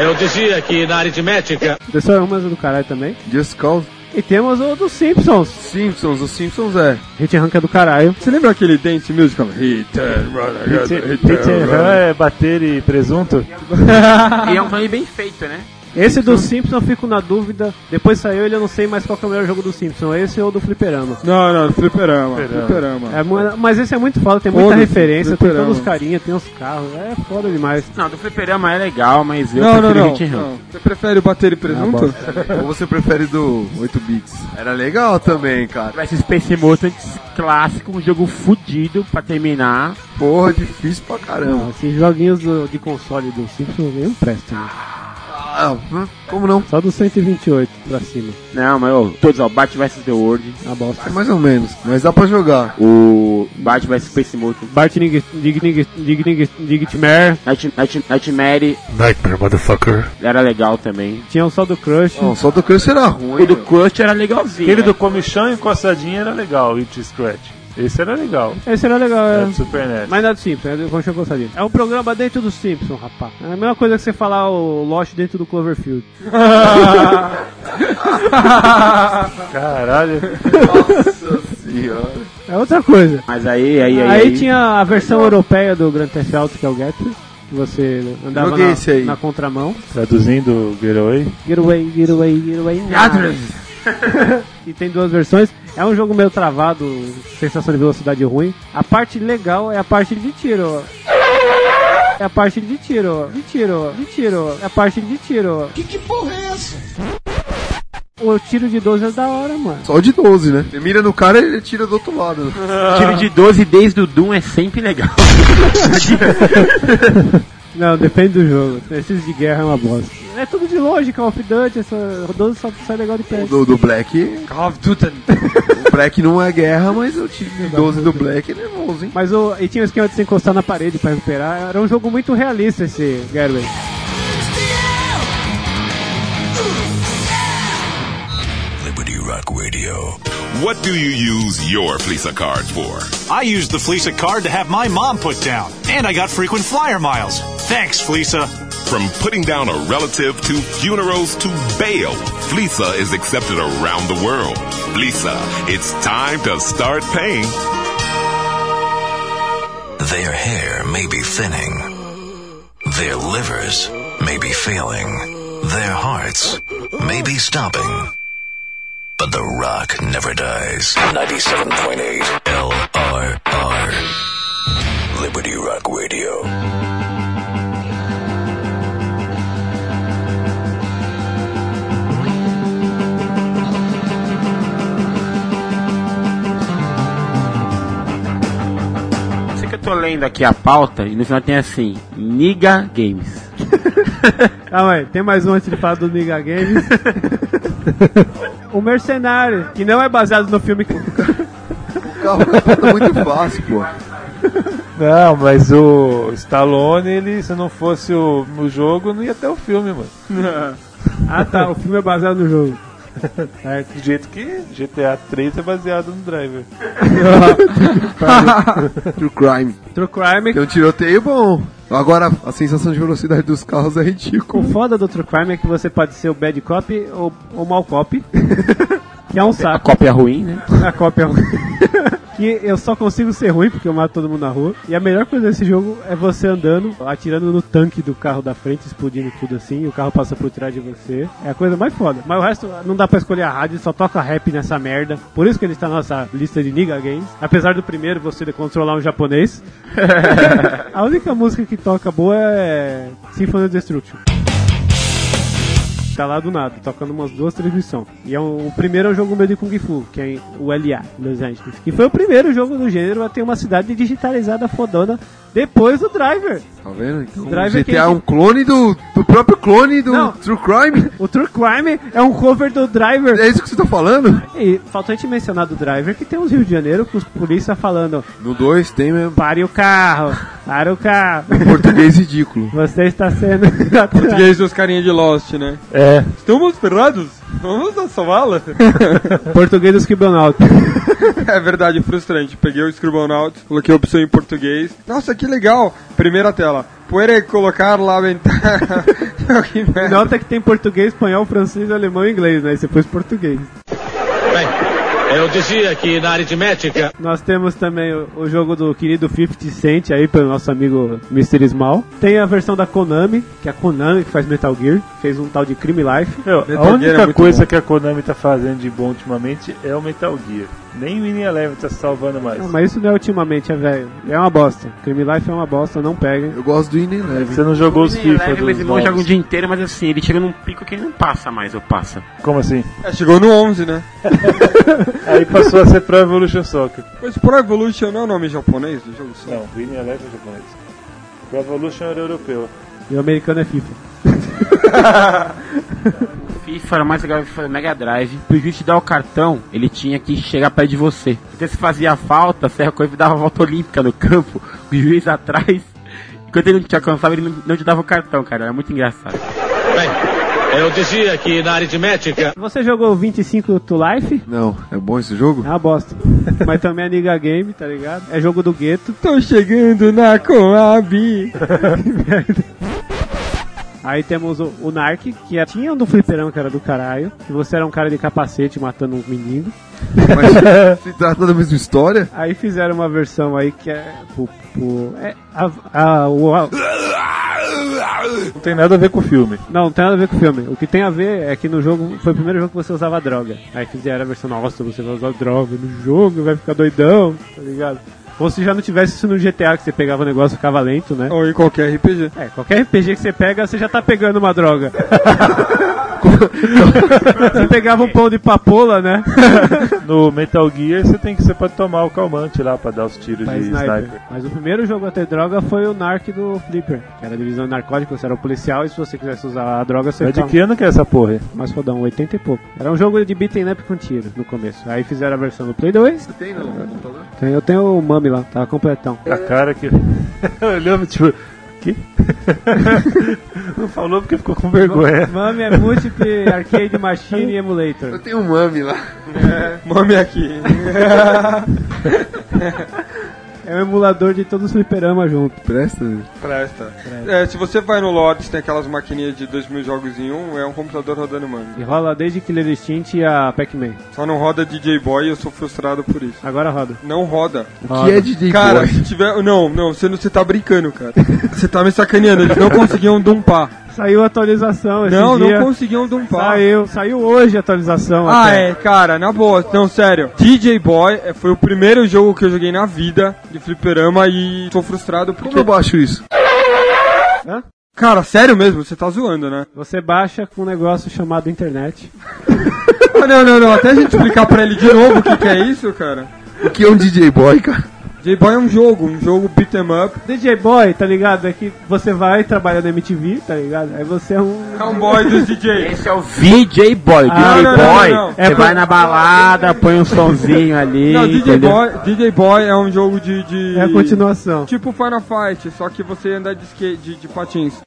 [SPEAKER 12] Eu dizia que na aritmética.
[SPEAKER 4] Destroy All Humans é do caralho também.
[SPEAKER 5] Just Cause.
[SPEAKER 4] E temos o dos Simpsons.
[SPEAKER 5] Simpsons, os Simpsons é.
[SPEAKER 4] Hit and Rank é do caralho.
[SPEAKER 6] Você lembra aquele Dance Musical? Hit
[SPEAKER 2] Pizza pizza and ham é bater e presunto?
[SPEAKER 3] e é um filme bem feito, né?
[SPEAKER 4] Esse do Simpson eu fico na dúvida. Depois saiu ele, eu não sei mais qual que é o melhor jogo do Simpson. Esse ou do Fliperama.
[SPEAKER 6] Não, não, fliperama.
[SPEAKER 2] Fliperama.
[SPEAKER 6] Fliperama.
[SPEAKER 4] É, mu- mas esse é muito foda, tem muita
[SPEAKER 6] Foda-se,
[SPEAKER 4] referência, tem
[SPEAKER 6] fliperama.
[SPEAKER 4] todos os carinhas, tem os carros, é foda demais.
[SPEAKER 3] Não, do fliperama é legal, mas eu
[SPEAKER 6] Não, não,
[SPEAKER 3] prefiro
[SPEAKER 6] não,
[SPEAKER 3] Hit and Run.
[SPEAKER 6] não. Você prefere o bater e presunto?
[SPEAKER 5] Ou você prefere do 8 bits? Era legal também, cara.
[SPEAKER 3] Vai ser Space Mutants clássico, um jogo fudido pra terminar.
[SPEAKER 5] Porra, difícil pra caramba.
[SPEAKER 4] Não, esses joguinhos do- de console do Simpson nem prestam. né?
[SPEAKER 5] Ah, hum, como não?
[SPEAKER 4] Só do 128 pra cima.
[SPEAKER 3] Não, mas ô, todos, ó, Batman vs The World,
[SPEAKER 4] A bosta.
[SPEAKER 5] É mais ou menos, mas dá pra jogar.
[SPEAKER 3] o Batman vs Space Mutants,
[SPEAKER 4] Bart Nig Dig Nig Dig Nig Dig Tmer,
[SPEAKER 3] Night, Night, Nightmare
[SPEAKER 1] Nightmare, motherfucker.
[SPEAKER 3] era legal também.
[SPEAKER 4] tinha um só do Crush.
[SPEAKER 5] Não, só do Crush era ruim.
[SPEAKER 3] O do Crush era legalzinho.
[SPEAKER 2] Aquele
[SPEAKER 3] né?
[SPEAKER 2] do comichão e coçadinha era legal, It Scratch. Esse era legal.
[SPEAKER 4] Esse era legal,
[SPEAKER 2] É
[SPEAKER 4] é.
[SPEAKER 2] do Super NES.
[SPEAKER 4] Mas não é do Simpson, é do Concha Coçadinha. É um programa dentro do Simpson, rapaz. É a mesma coisa que você falar o Lost dentro do Cloverfield.
[SPEAKER 2] Caralho.
[SPEAKER 5] Senhora.
[SPEAKER 4] É outra coisa.
[SPEAKER 3] Mas aí, aí, aí.
[SPEAKER 4] Aí, tinha a versão europeia do Grand Theft Auto, que é o Get, que você andava
[SPEAKER 5] Joguei esse
[SPEAKER 4] na,
[SPEAKER 5] aí.
[SPEAKER 4] na contramão.
[SPEAKER 2] Traduzindo Getaway.
[SPEAKER 4] Get away, get away, get away. now. e tem duas versões. É um jogo meio travado, sensação de velocidade ruim. A parte legal é a parte de tiro. É a parte de tiro, de tiro, de tiro. É a parte de tiro. Que, é que porra é essa? O tiro de 12 é da hora, mano.
[SPEAKER 5] Só o de 12, né? Você mira no cara e ele tira do outro lado. né?
[SPEAKER 3] Tiro de 12 desde o Doom é sempre legal.
[SPEAKER 4] Não, depende do jogo. Esses de guerra é uma bosta. É tudo de longe, Call of Duty, essa 12 só sai legal de
[SPEAKER 5] O
[SPEAKER 4] perto.
[SPEAKER 5] do, do Black. O Black não é guerra, mas eu tive 12 do Black ele é nervoso, hein?
[SPEAKER 4] Mas o, e tinha o esquema de se encostar na parede pra recuperar. Era um jogo muito realista esse Getaway.
[SPEAKER 10] Liberty Rock Radio.
[SPEAKER 14] What do you use your Fleece card for?
[SPEAKER 15] I used the Fleesa card to have my mom put down, and I got frequent flyer miles. Thanks, Fleesa.
[SPEAKER 14] From putting down a relative to funerals to bail, Fleesa is accepted around the world. Fleesa, it's time to start paying.
[SPEAKER 10] Their hair may be thinning. Their livers may be failing. Their hearts may be stopping. But the rock never dies. 97.8 LRR. Liberty Rock Radio.
[SPEAKER 3] Eu sei que eu tô lendo aqui a pauta e no final tem assim: Niga Games.
[SPEAKER 4] Calma aí, tem mais um antes de falar do Niga Games. o Mercenário, que não é baseado no filme.
[SPEAKER 5] O carro é muito fácil, pô.
[SPEAKER 2] Não, mas o Stallone, ele, se não fosse o, o jogo, não ia até o filme, mano.
[SPEAKER 4] ah tá, o filme é baseado no jogo.
[SPEAKER 2] É, do jeito que GTA 3 é baseado no Driver.
[SPEAKER 5] True Crime.
[SPEAKER 4] True Crime.
[SPEAKER 5] Tem um tiroteio bom. Agora, a sensação de velocidade dos carros é ridícula.
[SPEAKER 4] O foda do True Crime é que você pode ser o bad cop ou o mal cop. Que é um saco. A
[SPEAKER 3] cópia ruim, né?
[SPEAKER 4] A cópia é ruim. que eu só consigo ser ruim porque eu mato todo mundo na rua. E a melhor coisa desse jogo é você andando, atirando no tanque do carro da frente, explodindo tudo assim, e o carro passa por trás de você. É a coisa mais foda. Mas o resto não dá pra escolher a rádio, só toca rap nessa merda. Por isso que ele está na nossa lista de Niga Games. Apesar do primeiro você controlar um japonês. a única música que toca boa é Symphony of Destruction tá lá do nada, tocando umas duas, três missões. E é um, o primeiro é o jogo meu de Kung Fu, que é o LA, Los Angeles. E foi o primeiro jogo do gênero a ter uma cidade digitalizada fodona depois do Driver.
[SPEAKER 5] Tá vendo? Então,
[SPEAKER 4] O
[SPEAKER 5] o
[SPEAKER 4] Driver
[SPEAKER 5] GTA
[SPEAKER 4] que-
[SPEAKER 5] é um clone do, do próprio clone do
[SPEAKER 4] Não.
[SPEAKER 5] True Crime?
[SPEAKER 4] O True Crime é um cover do Driver.
[SPEAKER 5] É isso que você tá falando?
[SPEAKER 4] E faltou a gente mencionar do Driver que tem uns Rio de Janeiro com os polícia falando:
[SPEAKER 5] No 2 tem mesmo.
[SPEAKER 4] pare o carro, pare o carro,
[SPEAKER 5] Português ridículo.
[SPEAKER 4] você está sendo.
[SPEAKER 6] Português dos carinha de Lost, né?
[SPEAKER 2] É.
[SPEAKER 6] Estamos ferrados? Vamos na sala?
[SPEAKER 4] Português dos Kibonaut.
[SPEAKER 6] é verdade, frustrante. Peguei o Scribblenauts, coloquei a opção em português. Nossa, que legal! Primeira tela. Puede colocar lá que merda.
[SPEAKER 4] Nota que tem português, espanhol, francês, alemão e inglês, né? E você pôs português.
[SPEAKER 12] Eu dizia que na aritmética.
[SPEAKER 4] Nós temos também o, o jogo do querido 50 Cent aí pelo nosso amigo Mr. Small. Tem a versão da Konami, que é a Konami que faz Metal Gear, fez um tal de Crime Life.
[SPEAKER 2] A única coisa que a Konami tá fazendo de bom ultimamente é o Metal Gear. Nem o Winning Eleven tá salvando mais.
[SPEAKER 4] Não, mas isso não é ultimamente, é velho. É uma bosta. Crime Life é uma bosta, não peguem.
[SPEAKER 5] Eu gosto do Inen
[SPEAKER 2] Você não jogou os FIFA
[SPEAKER 3] Leve,
[SPEAKER 2] dos
[SPEAKER 3] mas irmão
[SPEAKER 2] novos.
[SPEAKER 3] joga um o dia inteiro, mas assim, ele chega num pico que ele não passa mais, eu passa.
[SPEAKER 2] Como assim?
[SPEAKER 6] É, chegou no 11, né?
[SPEAKER 2] Aí passou a ser Pro Evolution Soccer.
[SPEAKER 6] Mas Pro Evolution não é o nome japonês do jogo só?
[SPEAKER 2] Não, Winning Eleven é japonês. Pro Evolution era europeu.
[SPEAKER 4] E o americano é FIFA.
[SPEAKER 3] FIFA era mais legal que foi Mega Drive. Pro juiz te dar o cartão, ele tinha que chegar perto de você. Então se fazia falta, Serra Coiva dava a volta olímpica no campo, o juiz atrás. Enquanto ele não te alcançava, ele não- não te dava o cartão, cara. Era muito engraçado.
[SPEAKER 12] Eu dizia que na aritmética.
[SPEAKER 4] Você jogou 25 to Life?
[SPEAKER 5] Não, é bom esse jogo?
[SPEAKER 4] É uma bosta. mas também é Niga Game, tá ligado? É jogo do gueto.
[SPEAKER 6] Tô chegando na Coab.
[SPEAKER 4] Aí temos o, o Narc, que é- tinha um do fliperão que era do caralho. Que você era um cara de capacete matando um uns meninos.
[SPEAKER 5] Mas se trata da mesma história?
[SPEAKER 4] Aí fizeram uma versão aí que é. Pro, pro- é a, a- o- a-
[SPEAKER 2] Não tem nada a ver com o filme.
[SPEAKER 4] não, não tem nada a ver com o filme. O que tem a ver é que no jogo foi o primeiro jogo que você usava droga. Aí fizeram a versão, nossa, você vai usar droga no jogo, vai ficar doidão, tá ligado? Ou se já não tivesse isso no GTA, que você pegava o negócio e ficava lento, né?
[SPEAKER 6] Ou em qualquer RPG.
[SPEAKER 4] É, qualquer RPG que você pega, você já tá pegando uma droga. você pegava um pão de papola, né?
[SPEAKER 2] No Metal Gear você tem que você pode tomar o calmante lá pra dar os tiros
[SPEAKER 4] Pra
[SPEAKER 2] de
[SPEAKER 4] sniper.
[SPEAKER 2] sniper.
[SPEAKER 4] Mas o primeiro jogo a ter droga foi o Narc do Flipper, que era a divisão de narcóticos, você era o policial e se você quisesse usar a droga, você
[SPEAKER 2] Mas de
[SPEAKER 4] ficava-
[SPEAKER 2] que ano que é essa porra? aí?
[SPEAKER 4] Mas fodão, 80 e pouco. Era um jogo de beaten up com tiro no começo. Aí fizeram a versão do Play 2.
[SPEAKER 5] Tem não, computador?
[SPEAKER 4] Tem- Eu tenho o Mami lá, tá completão.
[SPEAKER 2] A cara que. Olhando, tipo. Que? Não falou porque ficou com vergonha.
[SPEAKER 4] Mami é Multiple Arcade Machine e Emulator.
[SPEAKER 5] Eu tenho um mami lá.
[SPEAKER 6] Mame aqui.
[SPEAKER 4] É o emulador de todos os fliperamas junto.
[SPEAKER 5] Presta.
[SPEAKER 6] Presta. É, se você vai no Lords, tem aquelas maquininhas de 2 mil jogos em um, é um computador rodando mano.
[SPEAKER 4] E rola desde Killer Instinct e a Pac-Man.
[SPEAKER 6] Só não roda DJ Boy e eu sou frustrado por isso.
[SPEAKER 4] Agora roda.
[SPEAKER 6] Não roda.
[SPEAKER 5] que é DJ
[SPEAKER 6] cara,
[SPEAKER 5] Boy?
[SPEAKER 6] se tiver. Não, não, você, não, você tá brincando, cara. Você tá me sacaneando, eles não conseguiam dumpar.
[SPEAKER 4] Saiu a atualização esse
[SPEAKER 6] Não,
[SPEAKER 4] dia.
[SPEAKER 6] não conseguiam dumpar.
[SPEAKER 4] Saiu, saiu hoje a atualização.
[SPEAKER 6] Ah,
[SPEAKER 4] até.
[SPEAKER 6] é, cara, na boa, não, sério. DJ Boy é, foi o primeiro jogo que eu joguei na vida de fliperama e tô frustrado porque.
[SPEAKER 5] Como eu baixo isso?
[SPEAKER 6] Cara, sério mesmo, você tá zoando, né?
[SPEAKER 4] Você baixa com um negócio chamado internet.
[SPEAKER 6] Ah, não, não, não, até a gente explicar pra ele de novo o que, que é isso, cara.
[SPEAKER 5] O que é um DJ Boy, cara?
[SPEAKER 6] J-Boy é um jogo, um jogo beat 'em up.
[SPEAKER 4] DJ Boy, tá ligado? É que você vai trabalhar na MTV, tá ligado? Aí você é um.
[SPEAKER 6] Cowboy dos DJs.
[SPEAKER 3] Esse é o VJ Boy.
[SPEAKER 4] Ah,
[SPEAKER 3] DJ
[SPEAKER 4] não, não,
[SPEAKER 3] Boy,
[SPEAKER 4] não, não.
[SPEAKER 3] você
[SPEAKER 4] É
[SPEAKER 3] vai
[SPEAKER 4] pro-
[SPEAKER 3] na balada, põe um sonzinho ali.
[SPEAKER 6] Não, DJ
[SPEAKER 3] entendeu?
[SPEAKER 6] Boy, DJ Boy é um jogo de, de-
[SPEAKER 4] É a continuação.
[SPEAKER 6] Tipo Final Fight, só que você anda de, skate, de, de patins.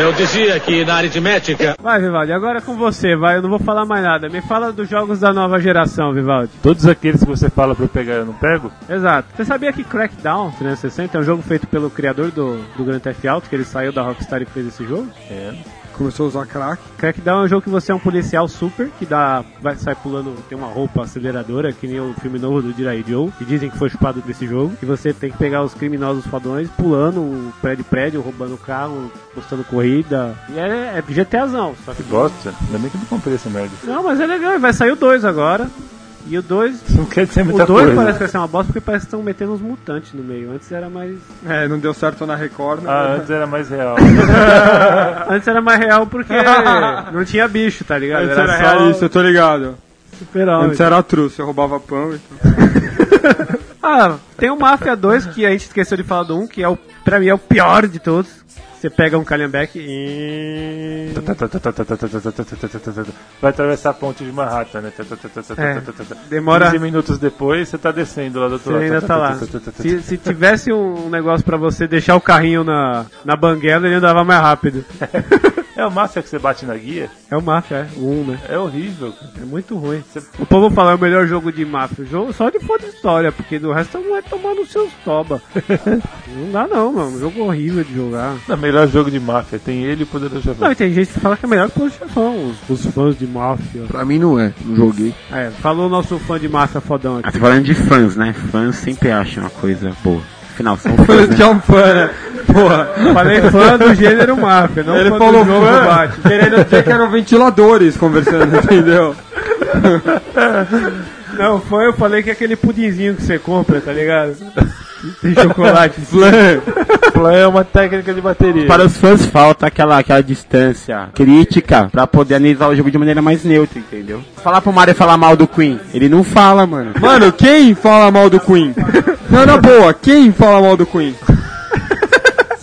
[SPEAKER 12] Eu dizia que na aritmética.
[SPEAKER 4] Vai, Vivaldi, agora é com você, vai. Eu não vou falar mais nada. Me fala dos jogos da nova geração, Vivaldi.
[SPEAKER 2] Todos aqueles que você fala pra eu pegar, eu não pego?
[SPEAKER 4] Exato. Você sabia que Crackdown 360 é um jogo feito pelo criador do, do Grand Theft Auto, que ele saiu da Rockstar e fez esse jogo?
[SPEAKER 2] É.
[SPEAKER 6] Começou a usar crack.
[SPEAKER 4] Crackdown é um jogo que você é um policial super, que dá, vai, sai pulando, tem uma roupa aceleradora, que nem o filme novo do Jirai Joe, que dizem que foi chupado desse jogo, e você tem que pegar os criminosos fodões, pulando o prédio em prédio, roubando carro, postando corrida, e é, é GTAzão, só que...
[SPEAKER 2] Gosta? Ainda bem que eu não comprei essa merda.
[SPEAKER 4] Não, mas é legal, e vai sair o 2 agora, e o 2...
[SPEAKER 2] Não quer
[SPEAKER 6] É
[SPEAKER 2] dizer
[SPEAKER 4] O
[SPEAKER 2] muita
[SPEAKER 4] 2
[SPEAKER 6] né?
[SPEAKER 2] coisa.
[SPEAKER 4] parece que vai ser uma bosta porque parece que estão metendo uns mutantes no meio. Antes era mais.
[SPEAKER 6] É, não deu certo na Record. né?
[SPEAKER 2] Ah, antes era mais real.
[SPEAKER 4] Antes era mais real porque não tinha bicho, tá ligado?
[SPEAKER 6] Antes era real isso, eu tô ligado.
[SPEAKER 4] super-homem.
[SPEAKER 6] Antes era true, você roubava pão e
[SPEAKER 4] Ah, tem o Mafia 2 que a gente esqueceu de falar do 1, que é o, pra mim é o pior de todos. Você pega um Kalhambeck e.
[SPEAKER 2] Vai atravessar a ponte de Manhattan, né?
[SPEAKER 4] É, demora-
[SPEAKER 2] 15 minutos depois, você tá descendo lá do outro
[SPEAKER 4] Você ainda tá lá. Se, se tivesse um negócio pra você deixar o carrinho na, na banguela, ele andava mais rápido.
[SPEAKER 2] É o Mafia que você bate na guia?
[SPEAKER 4] É o Mafia, é. O 1, né?
[SPEAKER 2] É horrível, cara.
[SPEAKER 4] É muito ruim. O povo fala é o melhor jogo de máfia. O jogo só de foda história, porque do resto não é tomar nos seus toba. não dá não, mano. Um jogo horrível de jogar.
[SPEAKER 2] É o melhor jogo de Mafia. Tem ele e o Poderoso
[SPEAKER 4] Não,
[SPEAKER 2] Chefão.
[SPEAKER 4] e tem gente que fala que é melhor que o chefão, os, os fãs de máfia.
[SPEAKER 5] Pra mim não é, não joguei.
[SPEAKER 4] É, falou o nosso fã de máfia
[SPEAKER 3] Ah,
[SPEAKER 4] fodão aqui.
[SPEAKER 3] tô falando de fãs, né? Fãs sempre acham uma coisa boa. Afinal, são fãs, né?
[SPEAKER 6] é um fã, né? Porra.
[SPEAKER 4] Falei fã do gênero máfia, não
[SPEAKER 6] Ele
[SPEAKER 4] fã
[SPEAKER 6] falou
[SPEAKER 4] do jogo
[SPEAKER 6] fã,
[SPEAKER 4] Batman.
[SPEAKER 6] querendo dizer que eram ventiladores conversando, entendeu?
[SPEAKER 4] Não, fã eu falei que é aquele pudinzinho que você compra, tá ligado? Tem chocolate.
[SPEAKER 6] Flan.
[SPEAKER 4] tipo,
[SPEAKER 2] Flan é uma técnica de bateria.
[SPEAKER 3] Para os fãs falta aquela, aquela distância crítica pra poder analisar o jogo de maneira mais neutra, entendeu? Falar pro Mario falar mal do Queen, ele não fala, mano.
[SPEAKER 6] Mano, quem fala mal do Queen? Não, na boa, quem fala mal do Queen?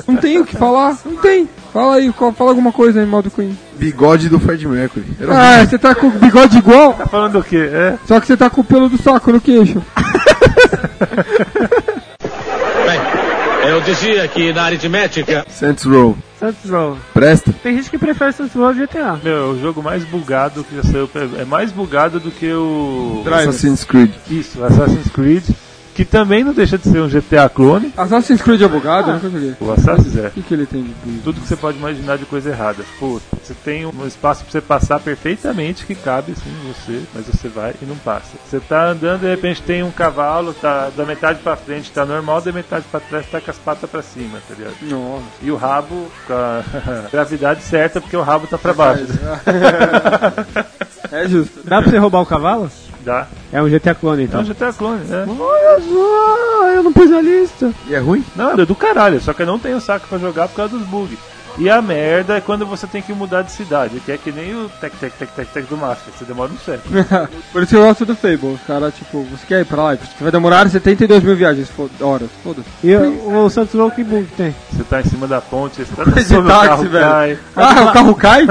[SPEAKER 6] Não tem o que falar, não tem. Fala aí, qual- fala alguma coisa aí mal do Queen.
[SPEAKER 5] Bigode do Fred Mercury.
[SPEAKER 6] Ah, você tá com o bigode igual,
[SPEAKER 2] Tá falando o quê? É?
[SPEAKER 6] só que você tá com o pelo do saco no queixo.
[SPEAKER 12] Eu dizia que na aritmética.
[SPEAKER 5] Saints Row.
[SPEAKER 4] Santos Row.
[SPEAKER 5] Presta?
[SPEAKER 4] Tem gente que prefere Santos Row ao GTA.
[SPEAKER 2] Meu, é o jogo mais bugado que já saiu. pra- É mais bugado do que o.
[SPEAKER 5] Assassin's Creed.
[SPEAKER 2] Isso, Assassin's Creed. Que também não deixa de ser um GTA clone.
[SPEAKER 6] Assassin's Creed é bugado? Nunca joguei.
[SPEAKER 2] O Assassin's é.
[SPEAKER 6] O que, que ele tem de bugado?
[SPEAKER 2] Tudo que você pode imaginar de coisa errada. Tipo, você tem um espaço pra você passar perfeitamente que cabe assim em você, mas você vai e não passa. Você tá andando de repente tem um cavalo, tá da metade pra frente tá normal, da metade pra trás tá com as patas pra cima, tá ligado?
[SPEAKER 6] Nossa.
[SPEAKER 2] E o rabo com a gravidade certa porque o rabo tá pra baixo.
[SPEAKER 6] É justo.
[SPEAKER 4] Dá pra você roubar o cavalo?
[SPEAKER 2] Dá.
[SPEAKER 4] É um GTA clone
[SPEAKER 2] É um
[SPEAKER 4] então.
[SPEAKER 2] GTA clone, né?
[SPEAKER 4] Olha só, eu não pus na lista.
[SPEAKER 5] E é ruim?
[SPEAKER 2] Não, é do caralho, só que eu não tenho saco pra jogar por causa dos bugs. E a merda é quando você tem que mudar de cidade, que é que nem o tec tec tec tec tec do Master, você demora um século.
[SPEAKER 6] Por isso que eu gosto do Fable. Os caras, tipo, você quer ir pra lá? Você vai demorar 72 mil viagens, foda horas. Foda-se.
[SPEAKER 4] E o, o Santos Row que bug tem?
[SPEAKER 2] Você tá em cima da ponte, você tá no
[SPEAKER 6] De
[SPEAKER 2] sono, o
[SPEAKER 6] táxi,
[SPEAKER 2] carro
[SPEAKER 6] velho.
[SPEAKER 2] cai.
[SPEAKER 6] Ah, o carro cai?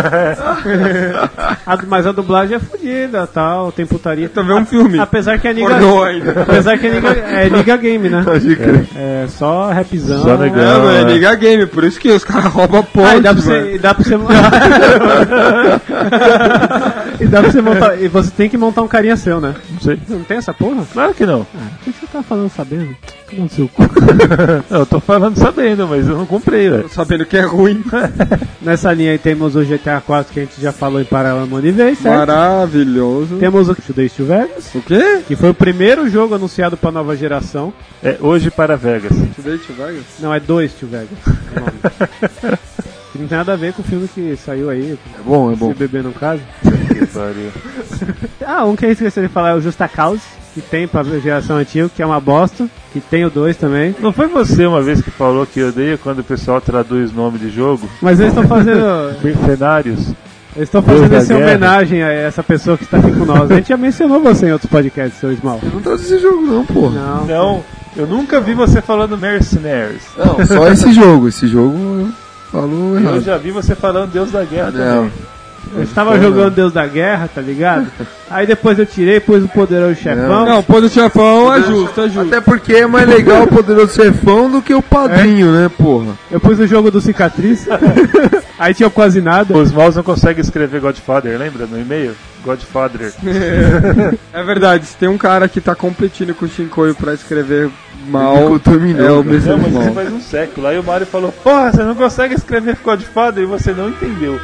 [SPEAKER 4] A- mas a dublagem é fodida, tal, tem putaria.
[SPEAKER 6] Tô vendo um filme.
[SPEAKER 4] Apesar que é Niga.
[SPEAKER 6] Pornô ainda.
[SPEAKER 4] Apesar que é Niga, é Niga Game, né?
[SPEAKER 5] Pode crer.
[SPEAKER 4] É só rapzão.
[SPEAKER 2] Só negão.
[SPEAKER 6] É,
[SPEAKER 2] Não,
[SPEAKER 6] velho,
[SPEAKER 2] é.
[SPEAKER 6] liga a game, por isso que os caras roubam ponte,
[SPEAKER 4] Ah, e dá pra
[SPEAKER 6] mano.
[SPEAKER 4] você. E dá pra você, e dá pra você montar. E você tem que montar um carinha seu, né?
[SPEAKER 2] Não sei.
[SPEAKER 4] Não tem essa porra?
[SPEAKER 2] Claro que não.
[SPEAKER 4] O que você tá falando sabendo? Não seu cu.
[SPEAKER 2] Não, eu tô falando sabendo, mas eu não comprei, né? velho.
[SPEAKER 6] Sabendo que é ruim.
[SPEAKER 4] Tá Nessa linha aí temos o GTA 4 que a gente já falou em paralelo um monte de vez, certo?
[SPEAKER 6] Maravilhoso.
[SPEAKER 4] Temos o Shoot Steel Vegas,
[SPEAKER 6] O quê?
[SPEAKER 4] que foi o primeiro jogo anunciado pra nova geração.
[SPEAKER 2] É hoje para Vegas.
[SPEAKER 6] Tibete Vegas?
[SPEAKER 4] Não, é dois Steel Vegas. o nome. Que não tem nada a ver com o filme que saiu aí,
[SPEAKER 5] É bom, é
[SPEAKER 4] Se
[SPEAKER 5] bom.
[SPEAKER 4] Beber no Caso.
[SPEAKER 2] Que pariu.
[SPEAKER 4] Ah, um que eu esqueci de falar é o Justa Cause, que tem pra geração antiga, que é uma bosta, que tem o 2 também.
[SPEAKER 2] Não foi você uma vez que falou que odeia quando o pessoal traduz nome de jogo?
[SPEAKER 4] Mas eles estão fazendo.
[SPEAKER 2] Mercenários?
[SPEAKER 4] Eles estão
[SPEAKER 5] Deus
[SPEAKER 4] fazendo
[SPEAKER 5] da
[SPEAKER 4] essa
[SPEAKER 5] guerra.
[SPEAKER 4] homenagem a essa pessoa que está aqui com nós. A gente já mencionou você em outros podcasts, seu Ismael.
[SPEAKER 5] Eu não trouxe esse jogo, não, pô.
[SPEAKER 4] Não.
[SPEAKER 2] Não, eu nunca vi você falando Mercenaries.
[SPEAKER 5] Não, só esse jogo. Esse jogo eu falo
[SPEAKER 2] Eu
[SPEAKER 5] errado.
[SPEAKER 2] já vi você falando Deus da Guerra
[SPEAKER 5] Não.
[SPEAKER 2] também.
[SPEAKER 4] Eu estava
[SPEAKER 5] Não.
[SPEAKER 4] jogando Deus da Guerra, tá ligado? Aí depois eu tirei, pus o poderoso chefão.
[SPEAKER 5] Não, o
[SPEAKER 4] poderoso chefão
[SPEAKER 5] é justo, Até porque é mais legal o poderoso chefão do que o padrinho, né, porra?
[SPEAKER 4] Eu pus o jogo do Cicatriz. Aí tinha quase nada.
[SPEAKER 2] Os maus não conseguem escrever Godfather, lembra? No e-mail? Godfather.
[SPEAKER 6] É verdade, se tem um cara que tá competindo com o Shinkoio pra escrever mal,
[SPEAKER 5] Ele contaminou,
[SPEAKER 6] é o
[SPEAKER 5] cara.
[SPEAKER 6] mesmo
[SPEAKER 2] Não, mas isso
[SPEAKER 6] mal.
[SPEAKER 2] faz um século. Aí o Mario falou: Porra, você não consegue escrever Godfather e você não entendeu.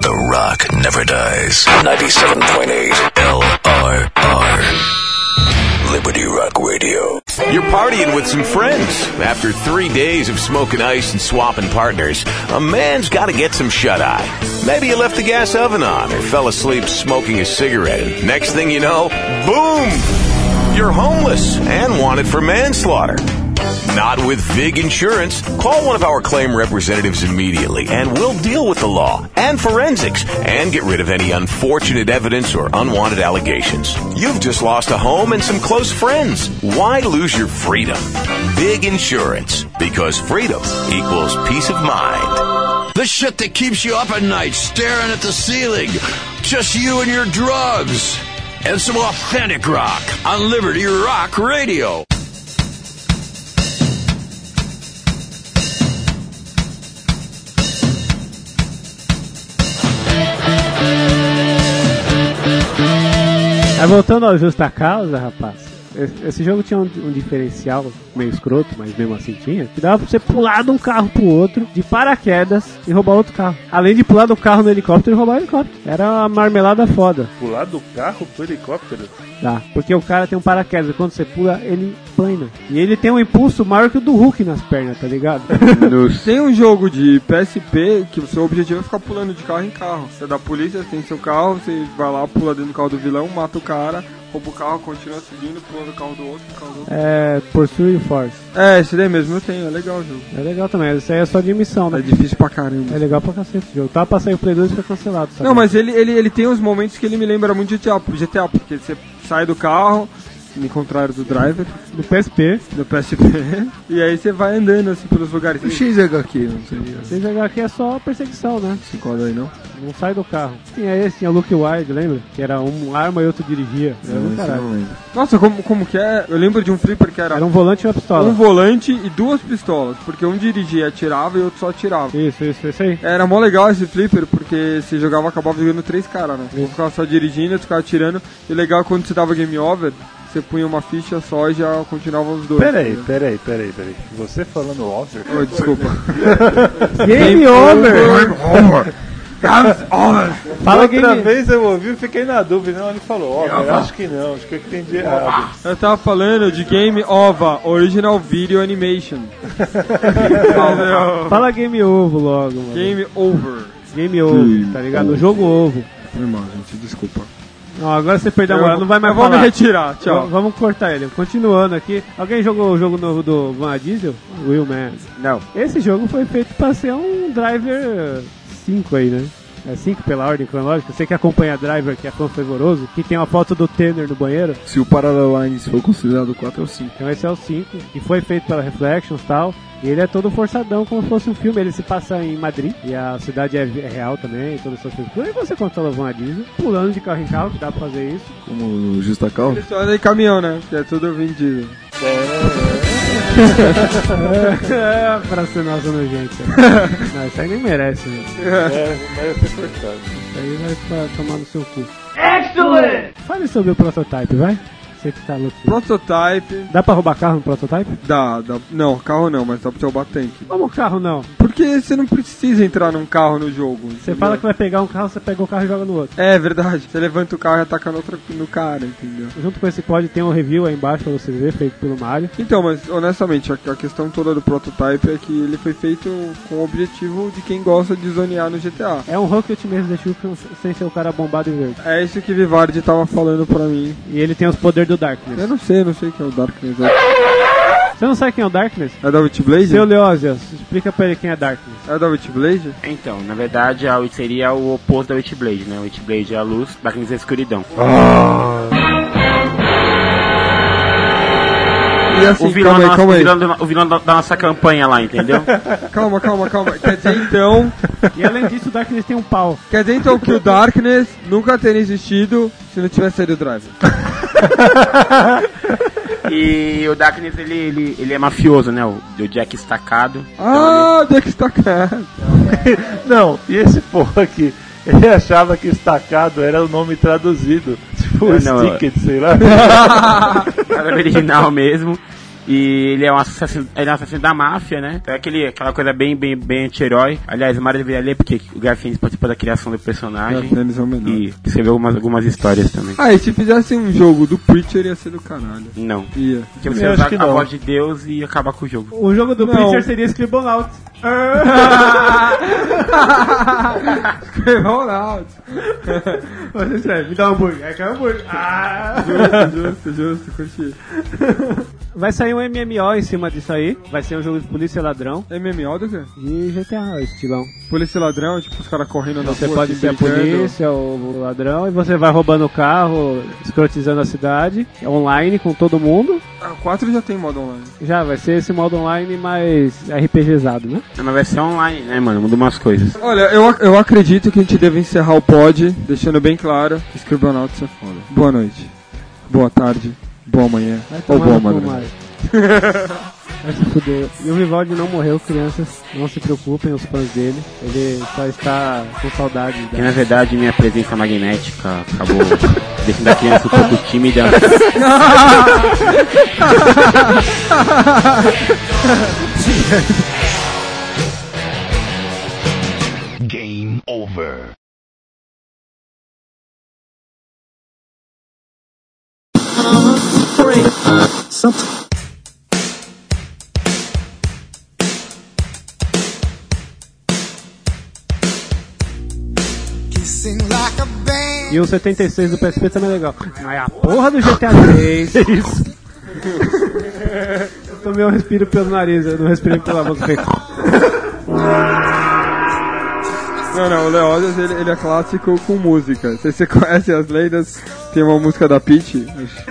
[SPEAKER 10] The Rock Never Dies. 97.8 LRR. Liberty Rock Radio.
[SPEAKER 16] You're partying with some friends. After three days of smoking ice and swapping partners, a man's got to get some shut eye. Maybe you left the gas oven on or fell asleep smoking a cigarette. And next thing you know, boom! You're homeless and wanted for manslaughter. Not with VIG Insurance. Call one of our claim representatives immediately and we'll deal with the law and forensics and get rid of any unfortunate evidence or unwanted allegations. You've just lost a home and some close friends. Why lose your freedom? Big insurance because freedom equals peace of mind.
[SPEAKER 17] The shit that keeps you up at night staring at the ceiling. Just you and your drugs. And some authentic rock on Liberty Rock Radio.
[SPEAKER 4] Aí Tá voltando ao Justa Causa, rapaz. esse- Esse jogo tinha um, um diferencial meio escroto, mas mesmo assim tinha, que dava pra você pular de um carro pro outro, de paraquedas, e roubar outro carro. Além de pular do carro no helicóptero e roubar o helicóptero. Era uma marmelada foda.
[SPEAKER 2] Pular do carro pro helicóptero?
[SPEAKER 4] Tá. Porque o cara tem um paraquedas, quando você pula, ele plana. E ele tem um impulso maior que o do Hulk nas pernas, tá ligado?
[SPEAKER 6] Tem um jogo de PSP que o seu objetivo é ficar pulando de carro em carro. Você é da polícia, tem seu carro, você vai lá, pula dentro do carro do vilão, mata o cara, rouba o carro, continua seguindo, pulando o carro do outro, o carro do outro.
[SPEAKER 4] É. Pursue Force.
[SPEAKER 6] É, esse daí mesmo eu tenho, é legal o jogo.
[SPEAKER 4] É legal também, isso aí é só de missão, né? É
[SPEAKER 6] difícil pra caramba.
[SPEAKER 4] É legal pra cacete o jogo. Tava pra sair o Play 2 e foi cancelado, sabe?
[SPEAKER 6] Não, mas ele, ele, ele tem uns momentos que ele me lembra muito de GTA, GTA porque você sai do carro, no contrário do driver.
[SPEAKER 4] Do PSP.
[SPEAKER 6] Do PSP. E aí você vai andando assim pelos lugares. O
[SPEAKER 5] XHQ, é não sei.
[SPEAKER 4] Vocês aqui é só perseguição, né?
[SPEAKER 6] Se enquadra aí não?
[SPEAKER 4] Não sai do carro. Tinha esse, tinha Luke Wide, lembra? Que era um arma e outro dirigia. Era um do caralho.
[SPEAKER 6] Nossa, como, como que é? Eu lembro de um flipper que era.
[SPEAKER 4] Era um volante e uma pistola.
[SPEAKER 6] Um volante e duas pistolas, porque um dirigia e atirava e outro só atirava.
[SPEAKER 4] Isso, isso, isso aí.
[SPEAKER 6] Era mó legal esse flipper, porque você jogava, acabava jogando três caras, né? Um ficava só dirigindo, outro ficava atirando. E o legal é quando você dava game over, você punha uma ficha só e já continuava os dois.
[SPEAKER 2] Peraí,
[SPEAKER 6] entendeu?
[SPEAKER 2] peraí, peraí, peraí. Você falando over?
[SPEAKER 6] Oi, desculpa.
[SPEAKER 4] Game
[SPEAKER 5] um
[SPEAKER 4] over.
[SPEAKER 2] Game
[SPEAKER 4] over. Fala
[SPEAKER 2] Outra
[SPEAKER 4] game-
[SPEAKER 2] vez eu ouvi e fiquei na dúvida. Não, ele falou over. Eu acho que não, acho que eu entendi errado.
[SPEAKER 6] Eu tava falando de game OVA, Original Video Animation. Valeu.
[SPEAKER 4] Fala game ovo logo, mano.
[SPEAKER 6] Game over.
[SPEAKER 4] Game ovo, tá ligado? O jogo ovo.
[SPEAKER 6] Foi mal, gente, desculpa.
[SPEAKER 4] Não, agora você perdeu a
[SPEAKER 6] Eu
[SPEAKER 4] moral,
[SPEAKER 6] vou-
[SPEAKER 4] não vai mais
[SPEAKER 6] eu vou
[SPEAKER 4] falar.
[SPEAKER 6] me retirar, tchau.
[SPEAKER 4] Vamos- Vamos cortar ele. Continuando aqui. Alguém jogou o jogo novo do Van Diesel? Will Man.
[SPEAKER 3] Não.
[SPEAKER 4] Esse jogo foi feito pra ser um Driver 5 aí, né? É 5 pela ordem cronológica. Você que acompanha Driver, que é fã fervoroso, que tem uma foto do Tanner no banheiro.
[SPEAKER 5] Se o Parallel Lines for considerado 4 ou 5.
[SPEAKER 4] Então esse é o 5, que foi feito pela Reflections e tal. E ele é todo forçadão, como se fosse um filme. Ele se passa em Madrid, e a cidade é é real também, e todas essas coisas. E você controla o Van Diesel, pulando de carro em carro, que dá pra fazer isso.
[SPEAKER 5] Como no Justa Causa?
[SPEAKER 6] Só andei caminhão, né? Porque é tudo vendido.
[SPEAKER 4] é, pra ser nossa nojenta. Não, isso aí nem merece, né?
[SPEAKER 2] É, mas eu fui cortado.
[SPEAKER 4] Isso aí vai pra tomar no seu cu.
[SPEAKER 6] Excellent!
[SPEAKER 4] Fale sobre o prototype, vai. Você que tá louco.
[SPEAKER 6] Prototype.
[SPEAKER 4] Dá pra roubar carro no prototype?
[SPEAKER 6] Dá, dá. Não, carro não, mas dá pra roubar tanque.
[SPEAKER 4] Como carro não?
[SPEAKER 6] Porque você não precisa entrar num carro no jogo.
[SPEAKER 4] Você fala que vai pegar um carro, você pega o carro e joga no outro.
[SPEAKER 6] É verdade. Você levanta o carro e ataca no, outro, no cara, entendeu?
[SPEAKER 4] Junto com esse pod tem um review aí embaixo pra você ver, feito pelo Mario.
[SPEAKER 6] Então, mas honestamente, a, a questão toda do prototype é que ele foi feito com o objetivo de quem gosta de zonear no GTA.
[SPEAKER 4] É um Rocket mesmo da Shulk sem ser é o cara bombado e verde.
[SPEAKER 6] É isso que Vivardi tava falando pra mim.
[SPEAKER 4] E ele tem os poderes do Darkness.
[SPEAKER 6] Eu não sei, eu não sei o que é o Darkness.
[SPEAKER 4] Você não sabe quem é o Darkness?
[SPEAKER 6] É da Witchblade?
[SPEAKER 4] Seu Leózias, explica pra ele quem é Darkness.
[SPEAKER 6] É da Witchblade?
[SPEAKER 3] Então, na verdade, a Witch seria o oposto da Witchblade, né? Witchblade é a luz, Darkness é a escuridão.
[SPEAKER 6] E assim,
[SPEAKER 3] o vilão,
[SPEAKER 6] calma aí,
[SPEAKER 3] da nossa-
[SPEAKER 6] calma aí.
[SPEAKER 3] o vilão do- o vilão da, da nossa campanha lá, entendeu?
[SPEAKER 6] Calma, calma, calma. Quer dizer então.
[SPEAKER 4] E além disso, o Darkness tem um pau.
[SPEAKER 6] Quer dizer então que o Darkness nunca teria existido se não tivesse saído o Drive.
[SPEAKER 3] e o Darkness, ele, ele, ele é mafioso, né? O, o Jack então estacado.
[SPEAKER 6] Ah, onde é que está cara?
[SPEAKER 2] Não, e esse povo aqui, ele achava que estacado era o nome traduzido. Tipo,
[SPEAKER 3] É, não,
[SPEAKER 2] Sticket, sei lá.
[SPEAKER 3] Era o original mesmo. E ele é um assassino, ele é um assassino da máfia, né? Então é aquele, aquela coisa bem, bem, bem anti-herói. Aliás, o Mário deveria ler, porque o Garfinis participou da criação do personagem.
[SPEAKER 6] Garfinis é o menor.
[SPEAKER 3] E escreveu algumas, algumas histórias também.
[SPEAKER 6] Ah, e se fizesse um jogo do Preacher ia ser do caralho.
[SPEAKER 3] Não.
[SPEAKER 6] Ia.
[SPEAKER 3] Porque você ia usar a voz de Deus e acabar com o jogo.
[SPEAKER 4] O jogo do
[SPEAKER 6] Não.
[SPEAKER 4] Preacher seria Scribbleout.
[SPEAKER 6] Scribbleout.
[SPEAKER 4] Você escreve, me dá um hambúrguer. Aí cai um hambúrguer. Ah!
[SPEAKER 6] Justo, justo, curti.
[SPEAKER 4] Vai sair um MMO em cima disso aí. Vai ser um jogo de polícia e ladrão.
[SPEAKER 6] MMO do quê?
[SPEAKER 4] E GTA, estilão.
[SPEAKER 6] é. Polícia e ladrão, tipo os caras correndo na
[SPEAKER 4] Você
[SPEAKER 6] rua.
[SPEAKER 4] pode
[SPEAKER 6] assim,
[SPEAKER 4] ser a
[SPEAKER 6] brigando.
[SPEAKER 4] polícia, o ladrão, e você vai roubando o carro, escrotizando a cidade, online com todo mundo.
[SPEAKER 6] Ah, o 4 já tem modo online.
[SPEAKER 4] Já vai ser esse modo online mais RPGzado, né?
[SPEAKER 3] Mas vai ser É online, né, mano? Muda umas coisas.
[SPEAKER 6] Olha, eu, ac- eu acredito que a gente deve encerrar o pod, deixando bem claro que Scribblenauts é foda. Boa noite, boa tarde, boa manhã ou boa madrugada.
[SPEAKER 4] Vai se fuder. E o Vivaldi não morreu, crianças. Não se preocupem, os fãs dele. Ele só está com saudade
[SPEAKER 3] Porque na
[SPEAKER 4] da...
[SPEAKER 3] verdade minha presença magnética acabou deixando a criança um pouco tímida.
[SPEAKER 10] Game over.
[SPEAKER 4] E o 76 do PSP também é legal. Mas a porra do GTA
[SPEAKER 2] É
[SPEAKER 4] 3. Isso. Eu tomei um respiro pelo nariz, eu não respirei pela boca. Foi-
[SPEAKER 6] Não, não, o Leodas ele, ele é clássico com música. Se você conhece as lendas, tem uma música da Peach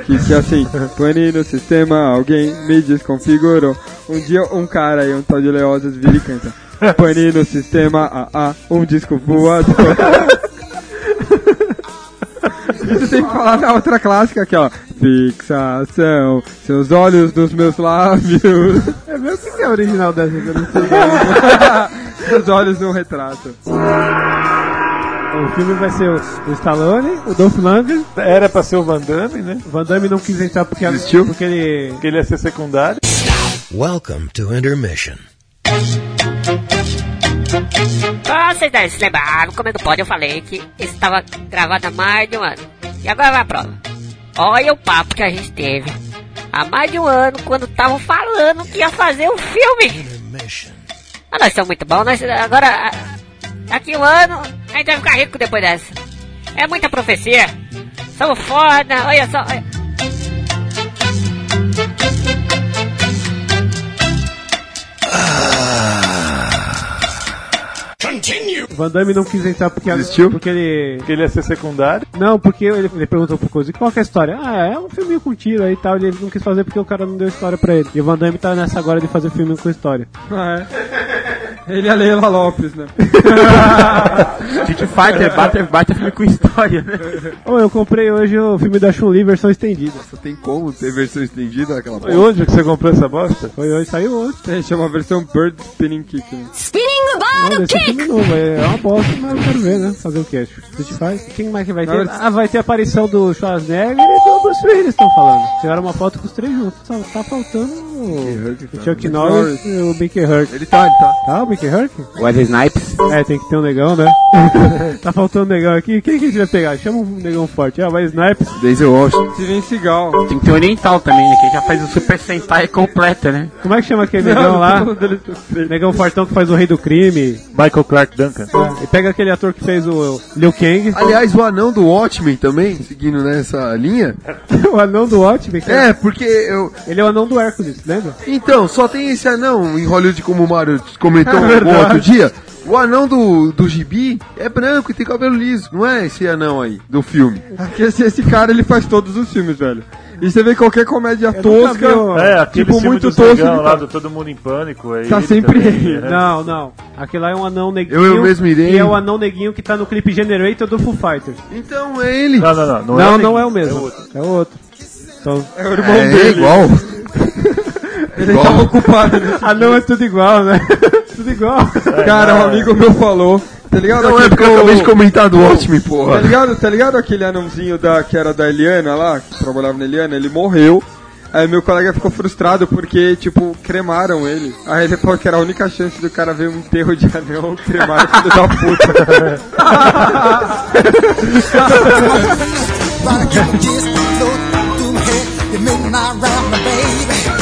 [SPEAKER 6] que, que é assim: Pane no sistema, alguém me desconfigurou. Um dia um cara aí, um tal de Leodas, vira e canta: Pane no sistema, ah, ah, um disco voador. Isso tem que falar na outra clássica aqui, ó. Fixação, seus olhos nos meus lábios.
[SPEAKER 4] É mesmo que que é a original dessa que eu não sei.
[SPEAKER 6] seus olhos num retrato.
[SPEAKER 4] O filme vai ser o o Stallone, o Dolph Lundgren.
[SPEAKER 2] Era pra ser o Van Damme, né?
[SPEAKER 4] Van Damme não quis entrar porque, porque ele...
[SPEAKER 2] Porque ele ia ser secundário.
[SPEAKER 18] Welcome to intermission.
[SPEAKER 11] Ah, vocês devem se lembrar, no começo do pod eu falei que estava gravado há mais de um ano. E agora vai a prova. Olha o papo que a gente teve há mais de um ano quando estavam falando que ia fazer um filme. Ah, nós somos muito bons, nós, agora ah, daqui um ano a gente vai ficar rico depois dessa. É muita profecia. Somos foda, olha só. olha.
[SPEAKER 10] Continue.
[SPEAKER 4] Van Damme não quis entrar porque, porque ele. Porque
[SPEAKER 2] ele ia ser secundário?
[SPEAKER 4] Não, porque ele, ele perguntou pro Cozy qual que é a história. Ah, é um filminho com tiro aí e tal. Ele não quis fazer porque o cara não deu história pra ele. E o Van Damme tá nessa agora de fazer filme com história.
[SPEAKER 6] Ah, é. Ele é a Leila Lopes, né?
[SPEAKER 3] Street Fighter, bate, bate filme com história, né?
[SPEAKER 4] Ô, eu comprei hoje o filme da Chun-Li, versão estendida.
[SPEAKER 5] Tem como ter versão estendida naquela
[SPEAKER 2] Foi hoje que você comprou essa bosta?
[SPEAKER 4] Foi hoje, saiu hoje.
[SPEAKER 6] É, chama a versão Bird Spinning Kick. Né?
[SPEAKER 13] Spinning the
[SPEAKER 4] Olha, esse filme novo é uma bosta, mas eu quero ver, né? Fazer o que? Street Fighter. Quem mais que vai ter? Ah, vai ter a aparição do Schwarzenegger e do Bruce Willis, estão falando. Tiraram uma foto com os três juntos. Só tá faltando o, o Chuck Norris e o Mickey Hurk. Ele tá, ele tá. Tá, o Mickey Hurk?
[SPEAKER 3] Wesley Snipes.
[SPEAKER 4] É, tem que ter um negão, né? tá faltando um negão aqui. Quem que a gente vai pegar? Chama um negão forte. Ah, vai Snipes.
[SPEAKER 5] Denzel Washington.
[SPEAKER 6] Steven Seagal.
[SPEAKER 3] Tem que ter oriental também, né? Que já faz o Super Sentai completa, né?
[SPEAKER 4] Como é que chama aquele
[SPEAKER 3] Não,
[SPEAKER 4] negão
[SPEAKER 3] não
[SPEAKER 4] lá?
[SPEAKER 3] tô falando
[SPEAKER 4] Negão fortão que faz o rei do crime. É,
[SPEAKER 2] Michael Clark Duncan.
[SPEAKER 4] E pega aquele ator que fez o Liu Kang.
[SPEAKER 5] Aliás, o anão do Watchmen também, seguindo nessa linha.
[SPEAKER 4] o anão do Watchmen?
[SPEAKER 5] Cara. É, porque eu...
[SPEAKER 4] Ele é o anão do Hércules, lembra?
[SPEAKER 5] Então, só tem esse anão em Hollywood, como o Mário comentou
[SPEAKER 4] É
[SPEAKER 5] um
[SPEAKER 4] verdade.
[SPEAKER 5] outro dia. O anão do, do gibi é branco e tem cabelo liso, não é esse anão aí do filme.
[SPEAKER 6] Porque esse, esse cara ele faz todos os filmes, velho. E você vê qualquer comédia tosca,
[SPEAKER 2] É, aquele
[SPEAKER 6] tipo
[SPEAKER 2] filme
[SPEAKER 6] muito
[SPEAKER 2] do
[SPEAKER 6] tosco.
[SPEAKER 2] Zangão
[SPEAKER 6] ele
[SPEAKER 2] lá
[SPEAKER 6] faz.
[SPEAKER 2] do Todo Mundo em Pânico. É
[SPEAKER 6] Tá
[SPEAKER 2] ele
[SPEAKER 6] sempre
[SPEAKER 2] também,
[SPEAKER 6] ele.
[SPEAKER 2] né?
[SPEAKER 4] Não, não. Aquele lá é um anão neguinho.
[SPEAKER 5] Eu- eu mesmo irei.
[SPEAKER 4] E é o anão neguinho que tá no clipe Generator do Foo Fighters.
[SPEAKER 5] Então é ele.
[SPEAKER 2] Não, não, não.
[SPEAKER 4] Não,
[SPEAKER 2] Não,
[SPEAKER 4] não,
[SPEAKER 2] é
[SPEAKER 4] é,
[SPEAKER 2] neguinho,
[SPEAKER 4] o mesmo. É
[SPEAKER 2] é
[SPEAKER 4] o
[SPEAKER 2] outro.
[SPEAKER 4] outro. Então-
[SPEAKER 6] É o irmão dele. ele tava ocupado.
[SPEAKER 4] anão é tudo igual, né? tudo igual.
[SPEAKER 6] Cara, um amigo meu falou. Tá ligado?
[SPEAKER 5] É, Não,
[SPEAKER 6] aquele
[SPEAKER 5] é porque eu
[SPEAKER 6] do-
[SPEAKER 5] acabei de comentar do Watchmen, porra.
[SPEAKER 6] Tá ligado, tá ligado aquele anãozinho da, que era da Eliana lá, que trabalhava na Eliana? Ele morreu. Aí meu colega ficou frustrado porque, tipo, cremaram ele. Aí ele falou que era a única chance do cara ver um enterro de anão, cremaram filho da puta.
[SPEAKER 19] But I can't just look through my head. You midnight round my baby.